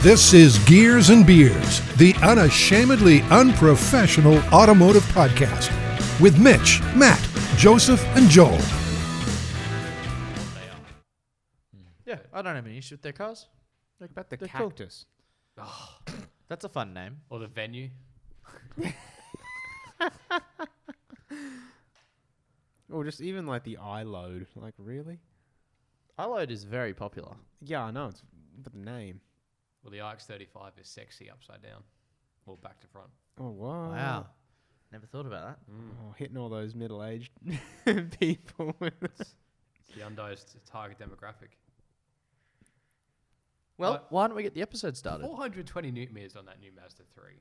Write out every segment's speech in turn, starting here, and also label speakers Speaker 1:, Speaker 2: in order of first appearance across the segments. Speaker 1: This is Gears and Beers, the unashamedly unprofessional automotive podcast with Mitch, Matt, Joseph, and Joel.
Speaker 2: Yeah, I don't have any issue with their cars. They're,
Speaker 3: What about the
Speaker 2: they're cool.
Speaker 3: cactus?
Speaker 2: That's a fun name.
Speaker 4: Or the venue.
Speaker 3: Or just even like the eye load. Like really?
Speaker 2: iLoad is very popular.
Speaker 3: Yeah, I know. It's but the name.
Speaker 4: Well, the IX 35 is sexy upside down. Well, back to front.
Speaker 3: Oh wow!
Speaker 2: Wow. Never thought about that.
Speaker 3: Oh, hitting all those middle-aged people. with it.
Speaker 4: It's the undosed target demographic.
Speaker 2: Well,
Speaker 4: Well-
Speaker 2: why don't we get the episode started?
Speaker 4: 420 newton meters on that new Mazda 3.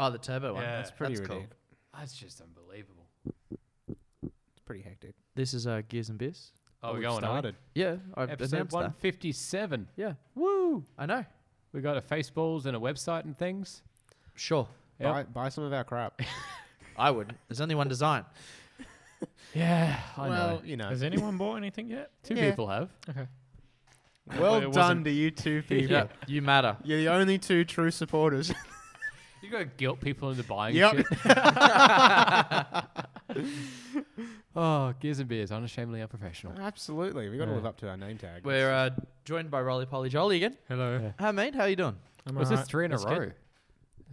Speaker 2: Oh, the turbo one.
Speaker 4: Yeah.
Speaker 2: that's
Speaker 4: That's
Speaker 2: pretty
Speaker 3: pretty
Speaker 2: that's cool.
Speaker 3: ridiculous.
Speaker 4: That's just unbelievable.
Speaker 3: it's pretty hectic.
Speaker 2: This is uh, Gears and Beers.
Speaker 4: Oh, we're
Speaker 3: we've
Speaker 4: going
Speaker 3: started.
Speaker 2: Yeah, I've
Speaker 4: on. Episode
Speaker 2: announced that.
Speaker 4: 157.
Speaker 2: Yeah. Woo! I know.
Speaker 4: We got a Faceballs and a website and things.
Speaker 2: Sure.
Speaker 4: Yep.
Speaker 3: Buy, buy some of our crap.
Speaker 2: I wouldn't. There's only one design.
Speaker 4: Yeah, I know.
Speaker 3: you know.
Speaker 5: Has anyone bought anything yet?
Speaker 4: Two
Speaker 3: yeah.
Speaker 4: people have.
Speaker 3: Well
Speaker 5: It wasn't-
Speaker 3: done to you two people.
Speaker 2: Yeah. You matter.
Speaker 3: You're the only two true supporters.
Speaker 4: You got to guilt people into buying
Speaker 3: Yep.
Speaker 4: shit. oh, gears and beers, unashamedly unprofessional.
Speaker 3: Absolutely, we got to
Speaker 4: Yeah.
Speaker 3: live up to our name tag.
Speaker 2: We're uh, joined by Rolly Polly Jolly again.
Speaker 5: Hello.
Speaker 4: Yeah.
Speaker 2: Hi, mate. How you doing?
Speaker 5: I'm
Speaker 4: Was this
Speaker 5: alright.
Speaker 4: three in a
Speaker 2: That's good.
Speaker 4: row?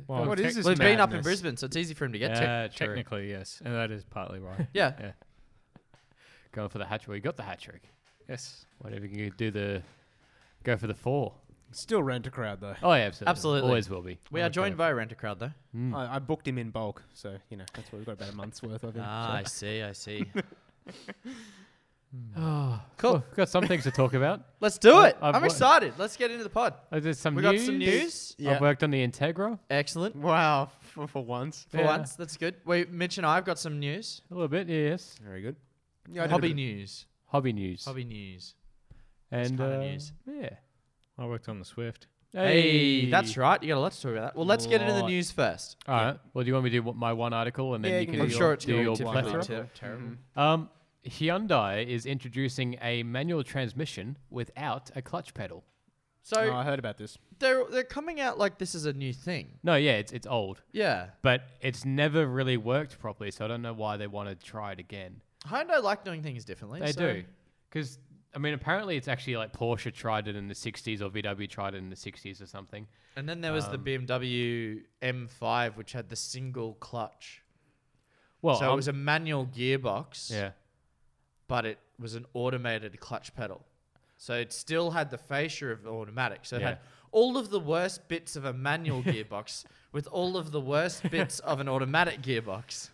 Speaker 5: Well,
Speaker 3: What
Speaker 5: tec-
Speaker 3: is this?
Speaker 2: Well, he's been up in
Speaker 3: madness?
Speaker 2: Brisbane, so it's easy for him to get to.
Speaker 5: Yeah,
Speaker 4: true.
Speaker 5: technically yes, and that is partly why.
Speaker 2: Yeah.
Speaker 5: Yeah.
Speaker 4: Going for the hat trick. We got the hat trick.
Speaker 5: yes.
Speaker 4: Whatever you can do, the go for the four.
Speaker 3: Still rent a crowd though.
Speaker 4: Oh, yeah, absolutely.
Speaker 2: Absolutely.
Speaker 4: Always will be.
Speaker 2: We are joined by Rent a Crowd, though.
Speaker 3: I, I booked him in bulk, so you know that's what we've got about a month's worth of him.
Speaker 2: Ah,
Speaker 3: so.
Speaker 2: I see. I see.
Speaker 4: Oh,
Speaker 2: Cool.
Speaker 4: cool. we've got some things to talk about.
Speaker 2: Let's do
Speaker 4: I-
Speaker 2: it. i
Speaker 4: I've
Speaker 2: am
Speaker 4: wa-
Speaker 2: excited. Let's get into the pod.
Speaker 4: Uh, There's some
Speaker 2: We
Speaker 4: news.
Speaker 2: got some news.
Speaker 3: Yeah.
Speaker 4: I've worked on the Integra
Speaker 2: Excellent.
Speaker 3: Wow, for, for once.
Speaker 2: For
Speaker 4: Yeah.
Speaker 2: once, that's good. Wait, Mitch and I have got some news.
Speaker 4: a little bit, yes.
Speaker 3: Very good. Yeah, I did a
Speaker 2: Hobby
Speaker 3: bit-
Speaker 2: news.
Speaker 4: Hobby news.
Speaker 2: Hobby news.
Speaker 4: and
Speaker 2: kinda
Speaker 4: uh,
Speaker 2: news.
Speaker 4: Yeah.
Speaker 5: I worked on the Swift.
Speaker 2: Hey, that's right. You got a lot to talk about. That. Well, let's get into the
Speaker 4: Lot.
Speaker 2: news first.
Speaker 4: All right. Well, do you want me to do what- my one article and then
Speaker 3: Yeah,
Speaker 4: you
Speaker 3: you
Speaker 4: can,
Speaker 3: can
Speaker 4: do
Speaker 2: I'm
Speaker 3: do
Speaker 4: your,
Speaker 2: sure it's
Speaker 4: do
Speaker 2: your
Speaker 4: your
Speaker 2: typically
Speaker 4: plethora?
Speaker 2: ter- terrible.
Speaker 4: Um, Hyundai is introducing a manual transmission without a clutch pedal.
Speaker 3: Oh,
Speaker 2: So
Speaker 3: I heard about this.
Speaker 2: they're they're coming out like this is a new thing.
Speaker 4: No, yeah, it's it's old,
Speaker 2: Yeah,
Speaker 4: but it's never really worked properly. So I don't know why they want to try it again.
Speaker 2: Hyundai like doing things differently.
Speaker 4: They
Speaker 2: so-
Speaker 4: do, because I mean, apparently it's actually like Porsche tried it in the '60s or VW tried it in the '60s or something.
Speaker 2: And then there was the BMW M5, which had the single clutch.
Speaker 4: Well,
Speaker 2: so it
Speaker 4: I'm-
Speaker 2: was a manual gearbox.
Speaker 4: yeah,
Speaker 2: but it was an automated clutch pedal. So it still had the fascia of automatic. So it had
Speaker 4: Yeah.
Speaker 2: all of the worst bits of a manual gearbox with all of the worst bits of an automatic gearbox.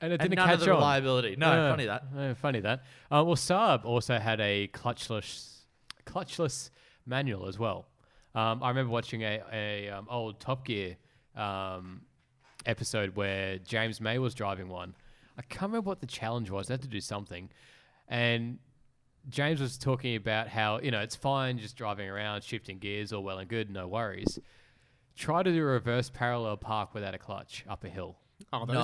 Speaker 4: and it
Speaker 2: and
Speaker 4: didn't
Speaker 2: none
Speaker 4: catch
Speaker 2: of the
Speaker 4: on.
Speaker 2: reliability. No,
Speaker 4: Yeah,
Speaker 2: funny that.
Speaker 4: yeah, funny that. Uh, well, Saab also had a clutchless, clutchless manual as well. Um, I remember watching a, a um, old Top Gear um, episode where James May was driving one. I can't remember what the challenge was. They had to do something, and James was talking about how you know it's fine just driving around, shifting gears, all well and good, no worries. Try to do a reverse parallel park without a clutch up a hill.
Speaker 3: Oh, those,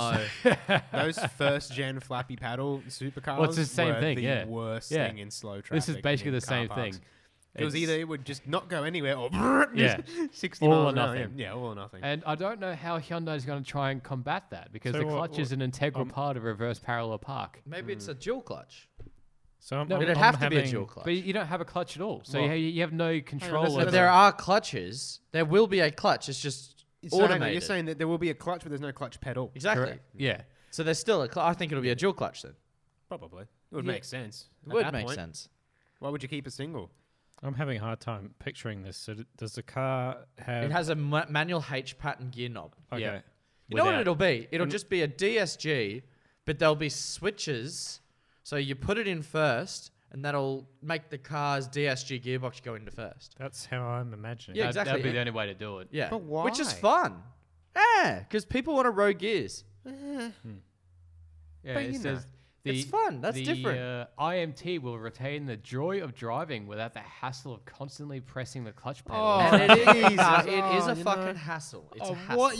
Speaker 2: No.
Speaker 3: those first gen flappy paddle supercars.
Speaker 4: Well, it's the same
Speaker 3: were
Speaker 4: thing,
Speaker 3: The
Speaker 4: yeah.
Speaker 3: worst
Speaker 4: Yeah.
Speaker 3: thing in slow traffic.
Speaker 4: This is
Speaker 3: and
Speaker 4: basically
Speaker 3: in
Speaker 4: the
Speaker 3: car
Speaker 4: same
Speaker 3: parks.
Speaker 4: thing.
Speaker 3: It was
Speaker 4: It's-
Speaker 3: either it would just not go anywhere or
Speaker 4: Yeah.
Speaker 3: sixty
Speaker 4: All
Speaker 3: miles
Speaker 4: or
Speaker 3: an hour, yeah.
Speaker 4: nothing. Uh,
Speaker 3: Yeah, all or nothing.
Speaker 4: And I don't know how Hyundai is going to try and combat that because
Speaker 5: So
Speaker 4: the
Speaker 5: what-
Speaker 4: clutch is
Speaker 5: what-
Speaker 4: an integral part of reverse parallel park.
Speaker 2: Maybe it's a dual clutch.
Speaker 5: So I'm,
Speaker 4: No,
Speaker 5: I'm,
Speaker 2: It'd
Speaker 5: I'm
Speaker 2: have to
Speaker 5: having,
Speaker 2: be a dual clutch.
Speaker 4: But you don't have a clutch at all, so you,
Speaker 3: Well-
Speaker 4: ha- you have no control.
Speaker 3: listen,
Speaker 4: over
Speaker 2: But there are clutches. There will be a clutch. It's just
Speaker 3: So hang on,
Speaker 2: automated.
Speaker 3: you're saying that there will be a clutch, but there's no clutch pedal.
Speaker 2: exactly.
Speaker 4: Correct. yeah.
Speaker 2: So there's still a cl- I think it'll be a dual clutch then.
Speaker 3: Probably. It would
Speaker 2: Yeah.
Speaker 3: make sense.
Speaker 2: It
Speaker 3: At
Speaker 2: would
Speaker 3: that
Speaker 2: make
Speaker 3: point,
Speaker 2: sense.
Speaker 3: Why would you keep a single?
Speaker 5: I'm having a hard time picturing this. So d- does the car have?
Speaker 2: It has a ma- manual H pattern gear knob.
Speaker 5: okay.
Speaker 4: yeah.
Speaker 2: You know what
Speaker 5: Without-
Speaker 2: it'll be? It'll just be a DSG, but there'll be switches. So you put it in first, and that'll make the car's DSG gearbox go into first.
Speaker 5: That's how I'm imagining.
Speaker 2: Yeah,
Speaker 5: it.
Speaker 4: That-
Speaker 2: exactly,
Speaker 4: That'd be
Speaker 2: yeah.
Speaker 4: the only way to do it.
Speaker 2: Yeah.
Speaker 3: But
Speaker 2: Which is
Speaker 3: why?
Speaker 2: fun. Yeah, because people want to row gears.
Speaker 4: Yeah,
Speaker 3: But
Speaker 4: it
Speaker 3: you
Speaker 4: says
Speaker 3: know.
Speaker 4: the-
Speaker 2: It's fun, that's
Speaker 4: the,
Speaker 2: different.
Speaker 4: Uh, IMT will retain the joy of driving without the hassle of constantly pressing the clutch pedal.
Speaker 3: Oh,
Speaker 2: and it is,
Speaker 3: Jesus.
Speaker 2: uh, it is
Speaker 3: Oh,
Speaker 2: a
Speaker 3: you
Speaker 2: fucking
Speaker 3: know.
Speaker 2: hassle. It's
Speaker 3: oh,
Speaker 2: a hassle.
Speaker 3: what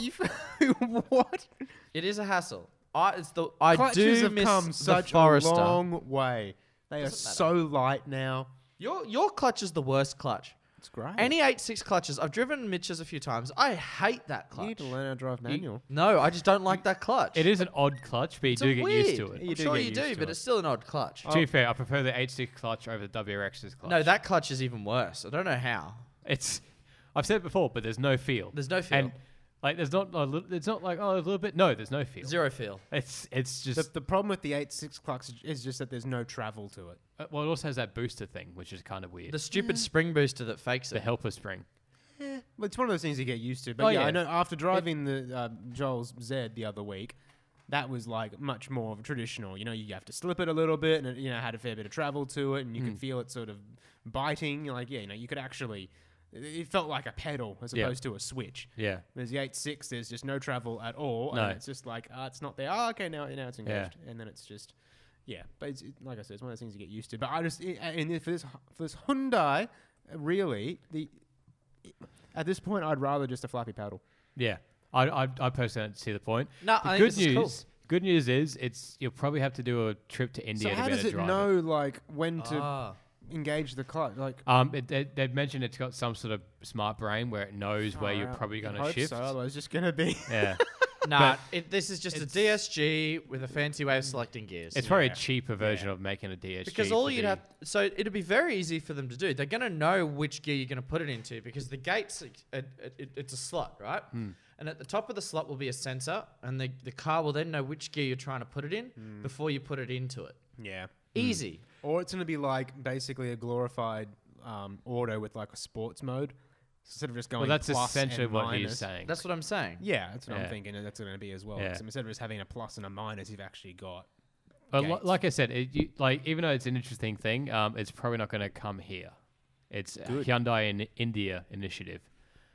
Speaker 3: you? what?
Speaker 2: It is a hassle. I, it's the, I
Speaker 3: Clutches
Speaker 2: do
Speaker 3: have
Speaker 2: miss
Speaker 3: come
Speaker 2: the
Speaker 3: such a
Speaker 2: Forester.
Speaker 3: long way. They are
Speaker 2: Doesn't
Speaker 3: so light now.
Speaker 2: Your, your clutch is the worst clutch.
Speaker 3: It's great.
Speaker 2: Any eight six clutches. I've driven Mitch's a few times. I hate that
Speaker 3: you
Speaker 2: clutch.
Speaker 3: need to learn how to drive manual.
Speaker 2: No, I just don't like that clutch.
Speaker 4: It is an odd clutch, but you
Speaker 2: It's
Speaker 4: do
Speaker 2: a
Speaker 4: get
Speaker 2: weird.
Speaker 4: used to it. Oh,
Speaker 3: You
Speaker 2: I'm
Speaker 3: do
Speaker 2: sure
Speaker 3: get
Speaker 2: you do,
Speaker 3: used to
Speaker 2: but
Speaker 3: it.
Speaker 2: it's still an odd clutch.
Speaker 4: To be fair, I prefer the H6 clutch over the WRX's clutch.
Speaker 2: Oh. No, that clutch is even worse. I don't know how.
Speaker 4: it's. I've said it before, but there's no feel.
Speaker 2: There's no feel.
Speaker 4: And like, there's not. A little, it's not like oh, a little bit. No, there's no feel.
Speaker 2: Zero feel.
Speaker 4: It's it's just
Speaker 3: The, the problem with the eight six clocks is just that there's no travel to it.
Speaker 4: uh, well, it also has that booster thing, which is kind of weird.
Speaker 2: The
Speaker 4: The,
Speaker 2: stupid spring booster that fakes it.
Speaker 4: helper spring.
Speaker 3: Well, it's one of those things you get used to. But
Speaker 4: Oh,
Speaker 3: yeah,
Speaker 4: yeah.
Speaker 3: I know after driving the uh, Joel's Z the other week, that was like much more of traditional. You know, you have to slip it a little bit, and it, you know had a fair bit of travel to it, and
Speaker 4: Hmm.
Speaker 3: you can feel it sort of biting. Like yeah, you know, you could actually. It it felt like a pedal as
Speaker 4: Yeah.
Speaker 3: opposed to a switch.
Speaker 4: Yeah.
Speaker 3: There's the eight six. There's just no travel at all.
Speaker 4: No.
Speaker 3: And it's just like ah, it's not there. Ah, okay, now now it's
Speaker 4: Yeah.
Speaker 3: engaged, and then it's just yeah. But it's, it, like I said, it's one of those things you get used to. But I just i- and if for this for this Hyundai, uh, really the at this point I'd rather just a flappy paddle.
Speaker 4: Yeah. I I, I personally don't see the point.
Speaker 2: No,
Speaker 4: the
Speaker 2: I think
Speaker 4: good
Speaker 2: this is
Speaker 4: news.
Speaker 2: cool.
Speaker 4: Good news is it's you'll probably have to do a trip to India
Speaker 3: so
Speaker 4: to
Speaker 3: how
Speaker 4: be able
Speaker 3: does
Speaker 4: to
Speaker 3: it
Speaker 4: drive
Speaker 3: know like when to
Speaker 2: Ah.
Speaker 3: engage the clutch? Like
Speaker 4: Um, it, they, they've mentioned it's got some sort of smart brain where it knows where
Speaker 3: oh,
Speaker 4: you're
Speaker 3: I
Speaker 4: probably going to
Speaker 3: hope
Speaker 4: shift.
Speaker 3: So otherwise, it's just gonna be.
Speaker 4: Yeah,
Speaker 2: Nah, it, this is just a
Speaker 4: it's-
Speaker 2: DSG with a fancy way of selecting gears.
Speaker 4: it's probably a cheaper version of making a DSG.
Speaker 2: because all
Speaker 4: for
Speaker 2: you'd
Speaker 4: the-
Speaker 2: have, so it'd be very easy for them to do. They're going to know which gear you're going to put it into because the gates, it, it, it- it's a slot, right?
Speaker 4: Hmm.
Speaker 2: And at the top of the slot will be a sensor, and the, the car will then know which gear you're trying to put it in
Speaker 4: Hmm.
Speaker 2: before you put it into it.
Speaker 3: yeah.
Speaker 2: Easy.
Speaker 3: Or it's gonna be like basically a glorified um, auto with like a sports mode. Instead of just going
Speaker 4: Well, that's
Speaker 3: plus
Speaker 4: essentially
Speaker 3: and
Speaker 4: what
Speaker 3: minus.
Speaker 4: he's saying.
Speaker 2: That's what I'm saying.
Speaker 3: Yeah, that's what
Speaker 4: Yeah.
Speaker 3: I'm thinking, and that's going to be as well.
Speaker 4: Yeah.
Speaker 3: 'cause instead of just having a plus and a minus, you've actually got.
Speaker 4: But li-
Speaker 3: gates.
Speaker 4: like I said, it, you, like even though it's an interesting thing, um, it's probably not going to come here. It's a Hyundai in India initiative.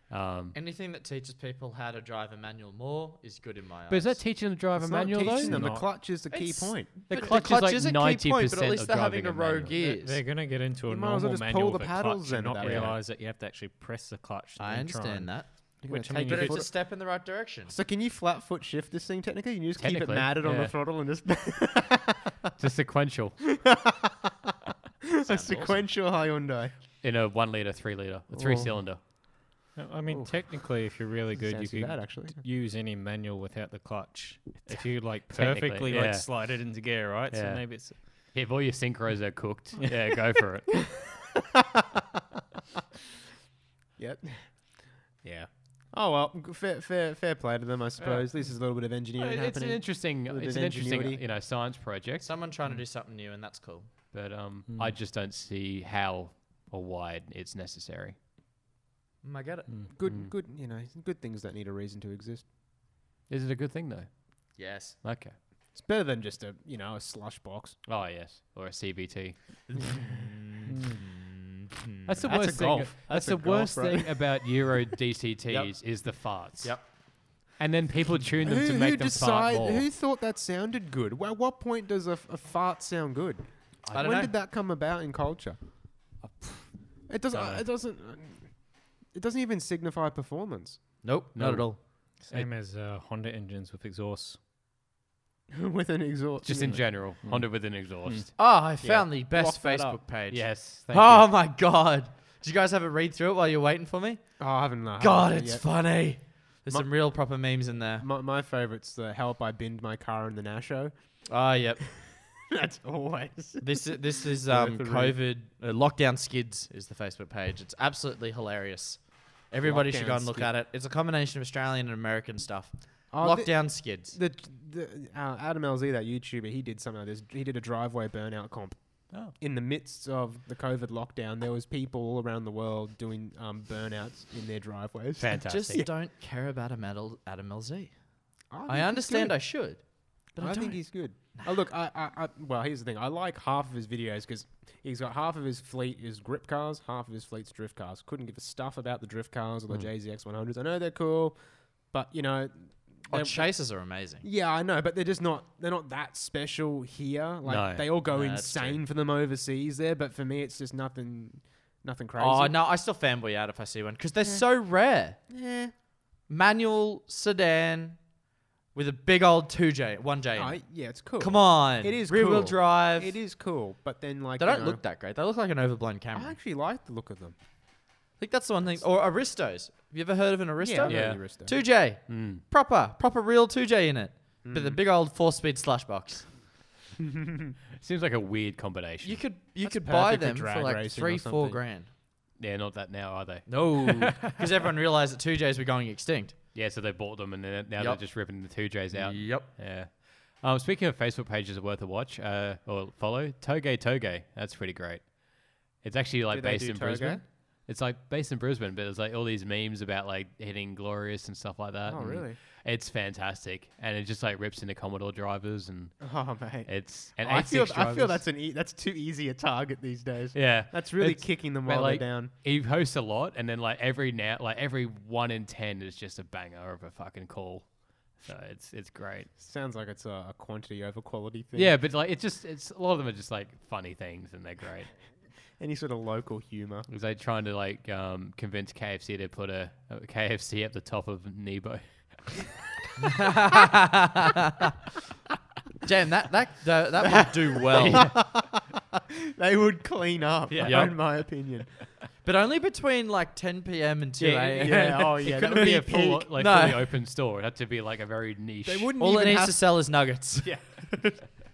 Speaker 4: Um,
Speaker 2: Anything that teaches people how to drive a manual more is good in my eyes.
Speaker 4: but is that teaching them to drive a manual though?
Speaker 3: teaching them. The
Speaker 5: Not-
Speaker 3: clutch is the key
Speaker 2: It's-
Speaker 3: point.
Speaker 4: The
Speaker 2: But
Speaker 4: clutch, is
Speaker 2: a
Speaker 4: like
Speaker 2: key
Speaker 4: ninety
Speaker 2: point, but
Speaker 4: percent
Speaker 2: at least
Speaker 4: of
Speaker 2: they're
Speaker 4: driving
Speaker 2: having to row
Speaker 4: manual.
Speaker 5: They're-
Speaker 2: gears.
Speaker 5: They're going to get into a
Speaker 3: You might
Speaker 5: normal
Speaker 3: as well just pull
Speaker 5: manual
Speaker 3: the
Speaker 5: with a
Speaker 3: paddles
Speaker 5: clutch
Speaker 3: in
Speaker 5: and
Speaker 3: at
Speaker 5: not
Speaker 3: that rate.
Speaker 5: realize that you have to actually press the clutch. To
Speaker 2: I
Speaker 5: then try
Speaker 2: understand
Speaker 5: and-
Speaker 2: that.
Speaker 3: You're gonna
Speaker 5: Which I
Speaker 3: take
Speaker 2: But
Speaker 5: mean, you
Speaker 3: your
Speaker 2: it's
Speaker 5: could-
Speaker 2: a step in the right direction.
Speaker 3: So can you flat foot shift this thing technically? You just keep it
Speaker 4: Technically,
Speaker 3: matted on
Speaker 4: yeah.
Speaker 3: the throttle and just a
Speaker 4: It's a sequential
Speaker 3: sequential Hyundai.
Speaker 4: in a one liter, three liter, a three cylinder.
Speaker 5: No, I mean, technically, if you're really good, you
Speaker 3: Sounds too
Speaker 5: can
Speaker 3: bad, actually.
Speaker 5: d- use any manual without the clutch. If you like
Speaker 4: Technically,
Speaker 5: perfectly
Speaker 4: yeah.
Speaker 5: like slide it into gear, right?
Speaker 4: Yeah.
Speaker 5: So maybe it's
Speaker 4: If all your synchros are cooked, yeah, go for it.
Speaker 3: Yep. Yeah. Oh well, g- fair, fair, fair play to them, I suppose. At least there's a little bit of engineering
Speaker 4: It's an
Speaker 3: happening.
Speaker 4: interesting,
Speaker 3: little
Speaker 4: it's
Speaker 3: bit
Speaker 4: an
Speaker 3: of
Speaker 4: interesting,
Speaker 3: ingenuity.
Speaker 4: you know, science project.
Speaker 2: Someone trying to do something new, and that's cool.
Speaker 4: But um, I just don't see how or why it's necessary.
Speaker 2: Mm, I get it.
Speaker 3: good, good. You know, good things that need a reason to exist.
Speaker 4: Is it a good thing though?
Speaker 2: Yes.
Speaker 4: Okay.
Speaker 3: It's better than just a you know a slush box.
Speaker 4: Oh yes, or a CBT. that's
Speaker 3: That's
Speaker 4: the
Speaker 3: a
Speaker 4: worst thing.
Speaker 3: golf.
Speaker 4: That's,
Speaker 3: That's
Speaker 4: the
Speaker 3: a golf,
Speaker 4: worst
Speaker 3: bro.
Speaker 4: thing about Euro DCTs is the farts.
Speaker 2: Yep.
Speaker 4: And then people tune them
Speaker 3: who,
Speaker 4: to
Speaker 3: who
Speaker 4: make them
Speaker 3: decide,
Speaker 4: fart more.
Speaker 3: Who thought that sounded good? Well, at what point does a, f- a fart sound good?
Speaker 2: I don't
Speaker 3: when
Speaker 2: know.
Speaker 3: did that come about in culture? It doesn't. uh,
Speaker 4: Dunno.
Speaker 3: It doesn't. It doesn't even signify performance
Speaker 2: Nope. Not
Speaker 4: No.
Speaker 2: at all.
Speaker 5: same as uh, Honda engines with exhausts.
Speaker 3: with an exhaust.
Speaker 4: Just in general, Honda Mm. with an exhaust.
Speaker 2: Oh, I found the best
Speaker 3: Block that
Speaker 2: Facebook
Speaker 3: up.
Speaker 2: page.
Speaker 4: Yes. Thank
Speaker 2: Oh
Speaker 4: you.
Speaker 2: my god. Did you guys have a read through it while you're waiting for me?
Speaker 3: Oh, I haven't. I haven't
Speaker 2: God,
Speaker 3: done it
Speaker 2: it's
Speaker 3: yet.
Speaker 2: funny. There's some real proper memes in there.
Speaker 3: My, my favorite's the help I binned my car in the Nasho.
Speaker 2: Ah, yep.
Speaker 3: That's always.
Speaker 2: This is, this is um,
Speaker 3: the
Speaker 2: COVID uh, lockdown skids is the Facebook page. It's absolutely hilarious. Everybody should go
Speaker 3: Lockdown
Speaker 2: and look
Speaker 3: skid.
Speaker 2: at it. It's a combination of Australian and American stuff.
Speaker 3: Oh, the-
Speaker 2: lockdown skids.
Speaker 3: The, the uh, Adam LZ, that YouTuber, he did something like this. He did a driveway burnout comp.
Speaker 4: Oh.
Speaker 3: In the midst of the COVID lockdown, there was people all around the world doing um, burnouts in their driveways.
Speaker 4: Fantastic.
Speaker 2: Just don't care about a metal Adam LZ.
Speaker 3: Oh, think
Speaker 2: I
Speaker 3: he's
Speaker 2: understand
Speaker 3: good.
Speaker 2: I should, but I,
Speaker 3: I
Speaker 2: don't.
Speaker 3: think he's good. Oh, look, I, I, I, well, here's the thing. I like half of his videos because he's got half of his fleet is grip cars, half of his fleet's drift cars. Couldn't give a stuff about the drift cars
Speaker 2: Hmm.
Speaker 3: or the JZX 100s. I know they're cool, but you know,
Speaker 2: oh,
Speaker 3: they're-
Speaker 2: chasers are amazing.
Speaker 3: yeah, I know, but they're just not. They're not that special here. Like
Speaker 4: No.
Speaker 3: they all go
Speaker 2: No, that's true.
Speaker 3: insane for them overseas there, but for me, it's just nothing, nothing crazy.
Speaker 2: Oh no, I still fanboy out if I see one because they're so rare.
Speaker 3: Yeah.
Speaker 2: Manual sedan with a big old two J, one J. in it.
Speaker 3: I- Oh, yeah, it's cool.
Speaker 2: Come on,
Speaker 3: It is
Speaker 2: rear wheel
Speaker 3: cool.
Speaker 2: drive.
Speaker 3: it is cool, but then like
Speaker 2: They
Speaker 3: you
Speaker 2: don't
Speaker 3: know,
Speaker 2: look that great. They look like an overblown
Speaker 3: I
Speaker 2: camera.
Speaker 3: actually like the look of them.
Speaker 2: think that's the one thing. Or Aristos. Have you ever heard of an Aristo?
Speaker 3: I've
Speaker 4: Yeah.
Speaker 3: heard of Aristo.
Speaker 2: 2J.
Speaker 3: Hmm.
Speaker 2: Proper. Proper real 2J in it. But the big old four speed slush box.
Speaker 4: Seems like a weird combination.
Speaker 2: You could you
Speaker 3: That's
Speaker 2: could buy
Speaker 3: perfect for
Speaker 2: them for,
Speaker 3: drag
Speaker 2: like
Speaker 3: racing or
Speaker 2: three, four
Speaker 3: something.
Speaker 2: grand.
Speaker 4: They're not that now, are they?
Speaker 2: No. Because everyone realized that 2Js were going extinct.
Speaker 4: Yeah, so they bought them and then now
Speaker 2: Yup.
Speaker 4: they're just ripping the two J's out.
Speaker 2: Yep.
Speaker 4: Yeah. Um, speaking of Facebook pages worth a watch uh, or follow, Toge Toge. That's pretty great. It's actually like
Speaker 3: Do they
Speaker 4: based
Speaker 3: do
Speaker 4: in
Speaker 3: Toge?
Speaker 4: Brisbane. It's like based in Brisbane, but there's like all these memes about like hitting glorious and stuff like that.
Speaker 3: Oh,
Speaker 4: and
Speaker 3: really?
Speaker 4: It's fantastic, and it just like rips into Commodore drivers and
Speaker 3: Oh mate,
Speaker 4: it's and
Speaker 3: I feel
Speaker 4: 86
Speaker 3: I feel
Speaker 4: drivers.
Speaker 3: that's an e- that's too easy a target these days.
Speaker 4: yeah.
Speaker 3: That's really
Speaker 4: It's-
Speaker 3: kicking them
Speaker 4: But,
Speaker 3: while
Speaker 4: like,
Speaker 3: they're down.
Speaker 4: He hosts a lot, and then like every now, like every one in ten is just a banger of a fucking call. So it's it's great.
Speaker 3: Sounds like it's a, a quantity over quality thing.
Speaker 4: Yeah, but like it's just it's a lot of them are just like funny things, and they're great.
Speaker 3: Any sort of local humor.
Speaker 4: It's like trying to like um, convince KFC to put a, a KFC at the top of Nebo.
Speaker 2: Damn, that that that, that would do well.
Speaker 3: They would clean up,
Speaker 4: Yeah.
Speaker 3: in my opinion.
Speaker 2: But only between like 10 p.m. and 2 a.m.
Speaker 3: yeah, oh, yeah,
Speaker 4: It
Speaker 3: that
Speaker 4: couldn't
Speaker 3: would
Speaker 4: be
Speaker 3: be
Speaker 4: a full
Speaker 3: peak.
Speaker 4: like
Speaker 2: No.
Speaker 4: fully open store. It had to be like a very niche.
Speaker 3: They wouldn't
Speaker 2: All it
Speaker 3: even
Speaker 2: needs
Speaker 3: have.
Speaker 2: to sell is nuggets.
Speaker 4: Yeah.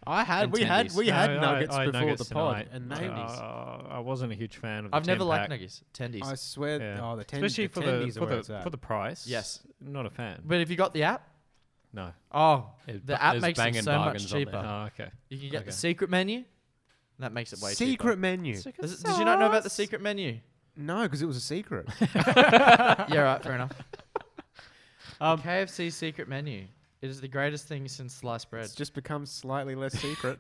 Speaker 3: I had we had
Speaker 4: attendees.
Speaker 3: we
Speaker 5: No,
Speaker 3: had
Speaker 5: I-
Speaker 3: nuggets
Speaker 5: I had
Speaker 3: before
Speaker 5: nuggets
Speaker 3: the pod,
Speaker 5: tonight.
Speaker 3: and
Speaker 5: Uh,
Speaker 3: they.
Speaker 5: I wasn't a huge fan of. The
Speaker 2: I've never
Speaker 5: 10
Speaker 2: liked
Speaker 5: pack.
Speaker 2: nuggies, tendies.
Speaker 3: I swear,
Speaker 5: Yeah.
Speaker 3: oh, the ten,
Speaker 5: especially
Speaker 3: the
Speaker 5: for the
Speaker 3: tendies
Speaker 5: for
Speaker 3: are where
Speaker 5: the
Speaker 3: it's at.
Speaker 5: for the price.
Speaker 2: Yes.
Speaker 5: not a fan.
Speaker 2: but if you got the app,
Speaker 5: no.
Speaker 2: oh,
Speaker 4: It-
Speaker 2: the
Speaker 4: there's
Speaker 2: app makes
Speaker 4: banging
Speaker 2: it so much
Speaker 4: bargains on there.
Speaker 2: cheaper.
Speaker 5: Oh, okay.
Speaker 2: You can get
Speaker 5: Okay.
Speaker 2: the secret menu. and That makes it way
Speaker 3: secret menu.
Speaker 2: cheaper. Does it- Did you not know about the secret menu?
Speaker 3: No, because it was a secret.
Speaker 2: yeah, right. Fair enough.
Speaker 3: Um,
Speaker 2: the KFC secret menu. It is the greatest thing since sliced bread.
Speaker 3: it's just become slightly less secret.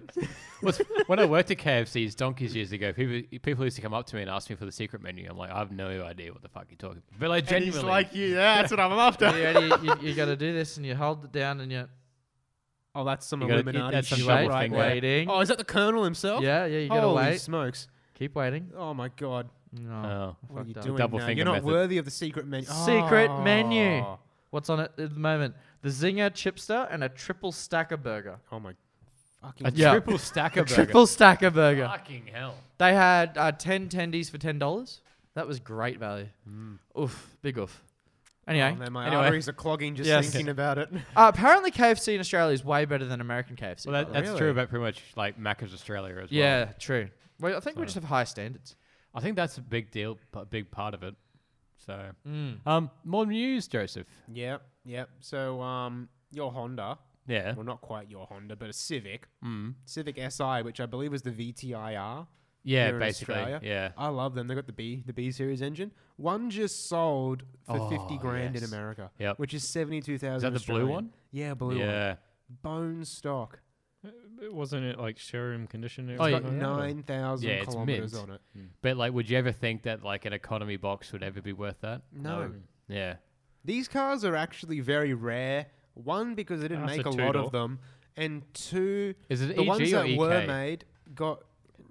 Speaker 4: Well, it's- when I worked at KFC's donkeys years ago, people people used to come up to me and ask me for the secret menu. I'm like, I have no idea what the fuck you're talking. But like
Speaker 3: and
Speaker 4: genuinely,
Speaker 3: he's like, yeah, that's what I'm after.
Speaker 2: you ready? You, you got to do this, and you hold it down, and you
Speaker 3: Oh, that's some
Speaker 4: You gotta-
Speaker 3: Illuminati
Speaker 4: that's some
Speaker 3: shit
Speaker 4: double
Speaker 3: right
Speaker 4: finger.
Speaker 3: there.
Speaker 2: Waiting.
Speaker 3: Oh, is that the Colonel himself?
Speaker 2: yeah, yeah, you gotta
Speaker 3: Holy
Speaker 2: wait.
Speaker 3: smokes.
Speaker 2: Keep waiting.
Speaker 3: Oh my god.
Speaker 2: No.
Speaker 4: oh,
Speaker 3: Uh, What are
Speaker 2: Fucked
Speaker 3: you
Speaker 2: up.
Speaker 3: doing
Speaker 4: Double
Speaker 3: now?
Speaker 4: finger
Speaker 3: You're not
Speaker 4: method.
Speaker 3: worthy of the secret menu.
Speaker 2: Secret
Speaker 3: oh.
Speaker 2: menu. What's on it at the moment? The Zinger chipster and a triple stacker burger.
Speaker 3: Oh my fucking
Speaker 4: a
Speaker 2: Yeah.
Speaker 4: triple stacker burger.
Speaker 2: Triple stacker burger.
Speaker 4: Fucking hell.
Speaker 2: They had uh, 10 tendies for $10. That was great value. Oof. Big oof. Anyway,
Speaker 3: Oh, man, my
Speaker 4: Anyway.
Speaker 3: arteries are clogging just
Speaker 2: Yes.
Speaker 3: thinking about it.
Speaker 2: uh, apparently KFC in Australia is way better than American KFC. by
Speaker 4: Well, that,
Speaker 2: the way.
Speaker 4: that's true about pretty much like Macca's Australia as well.
Speaker 2: yeah, true. Well, I think we just have high standards.
Speaker 4: I think that's a big deal, a big part of it. So,
Speaker 3: Hmm.
Speaker 2: Mm.
Speaker 4: um, more news, Joseph.
Speaker 3: yep, yep. So um your Honda,
Speaker 4: Yeah.
Speaker 3: well not quite your Honda, but a Civic,
Speaker 4: Mm.
Speaker 3: Civic SI, which I believe was the VTIR.
Speaker 4: Yeah,
Speaker 3: here in
Speaker 4: basically.
Speaker 3: Australia.
Speaker 4: Yeah.
Speaker 3: I love them. They got the B, the B series engine. One just sold for fifty
Speaker 4: Oh,
Speaker 3: grand in
Speaker 4: yes.
Speaker 3: America,
Speaker 4: Yep.
Speaker 3: which is seventy two
Speaker 4: Is
Speaker 3: thousand.
Speaker 4: that the blue one?
Speaker 3: Yeah, blue one.
Speaker 4: yeah.
Speaker 3: Bone stock.
Speaker 5: It wasn't it like showroom condition? It
Speaker 4: Oh,
Speaker 5: was
Speaker 4: yeah.
Speaker 5: like that, or-
Speaker 3: Nine thousand
Speaker 4: Yeah, it's
Speaker 3: kilometers
Speaker 4: mint.
Speaker 3: on it.
Speaker 4: But like, would you ever think that like an economy box would ever be worth that?
Speaker 3: No.
Speaker 4: Yeah.
Speaker 3: These cars are actually very rare. One because they didn't
Speaker 5: That's
Speaker 3: make
Speaker 5: a
Speaker 3: a lot
Speaker 5: two-door.
Speaker 3: of them, and two,
Speaker 4: Is it
Speaker 3: the
Speaker 4: EG
Speaker 3: ones
Speaker 4: or E
Speaker 3: that
Speaker 4: EK?
Speaker 3: were made got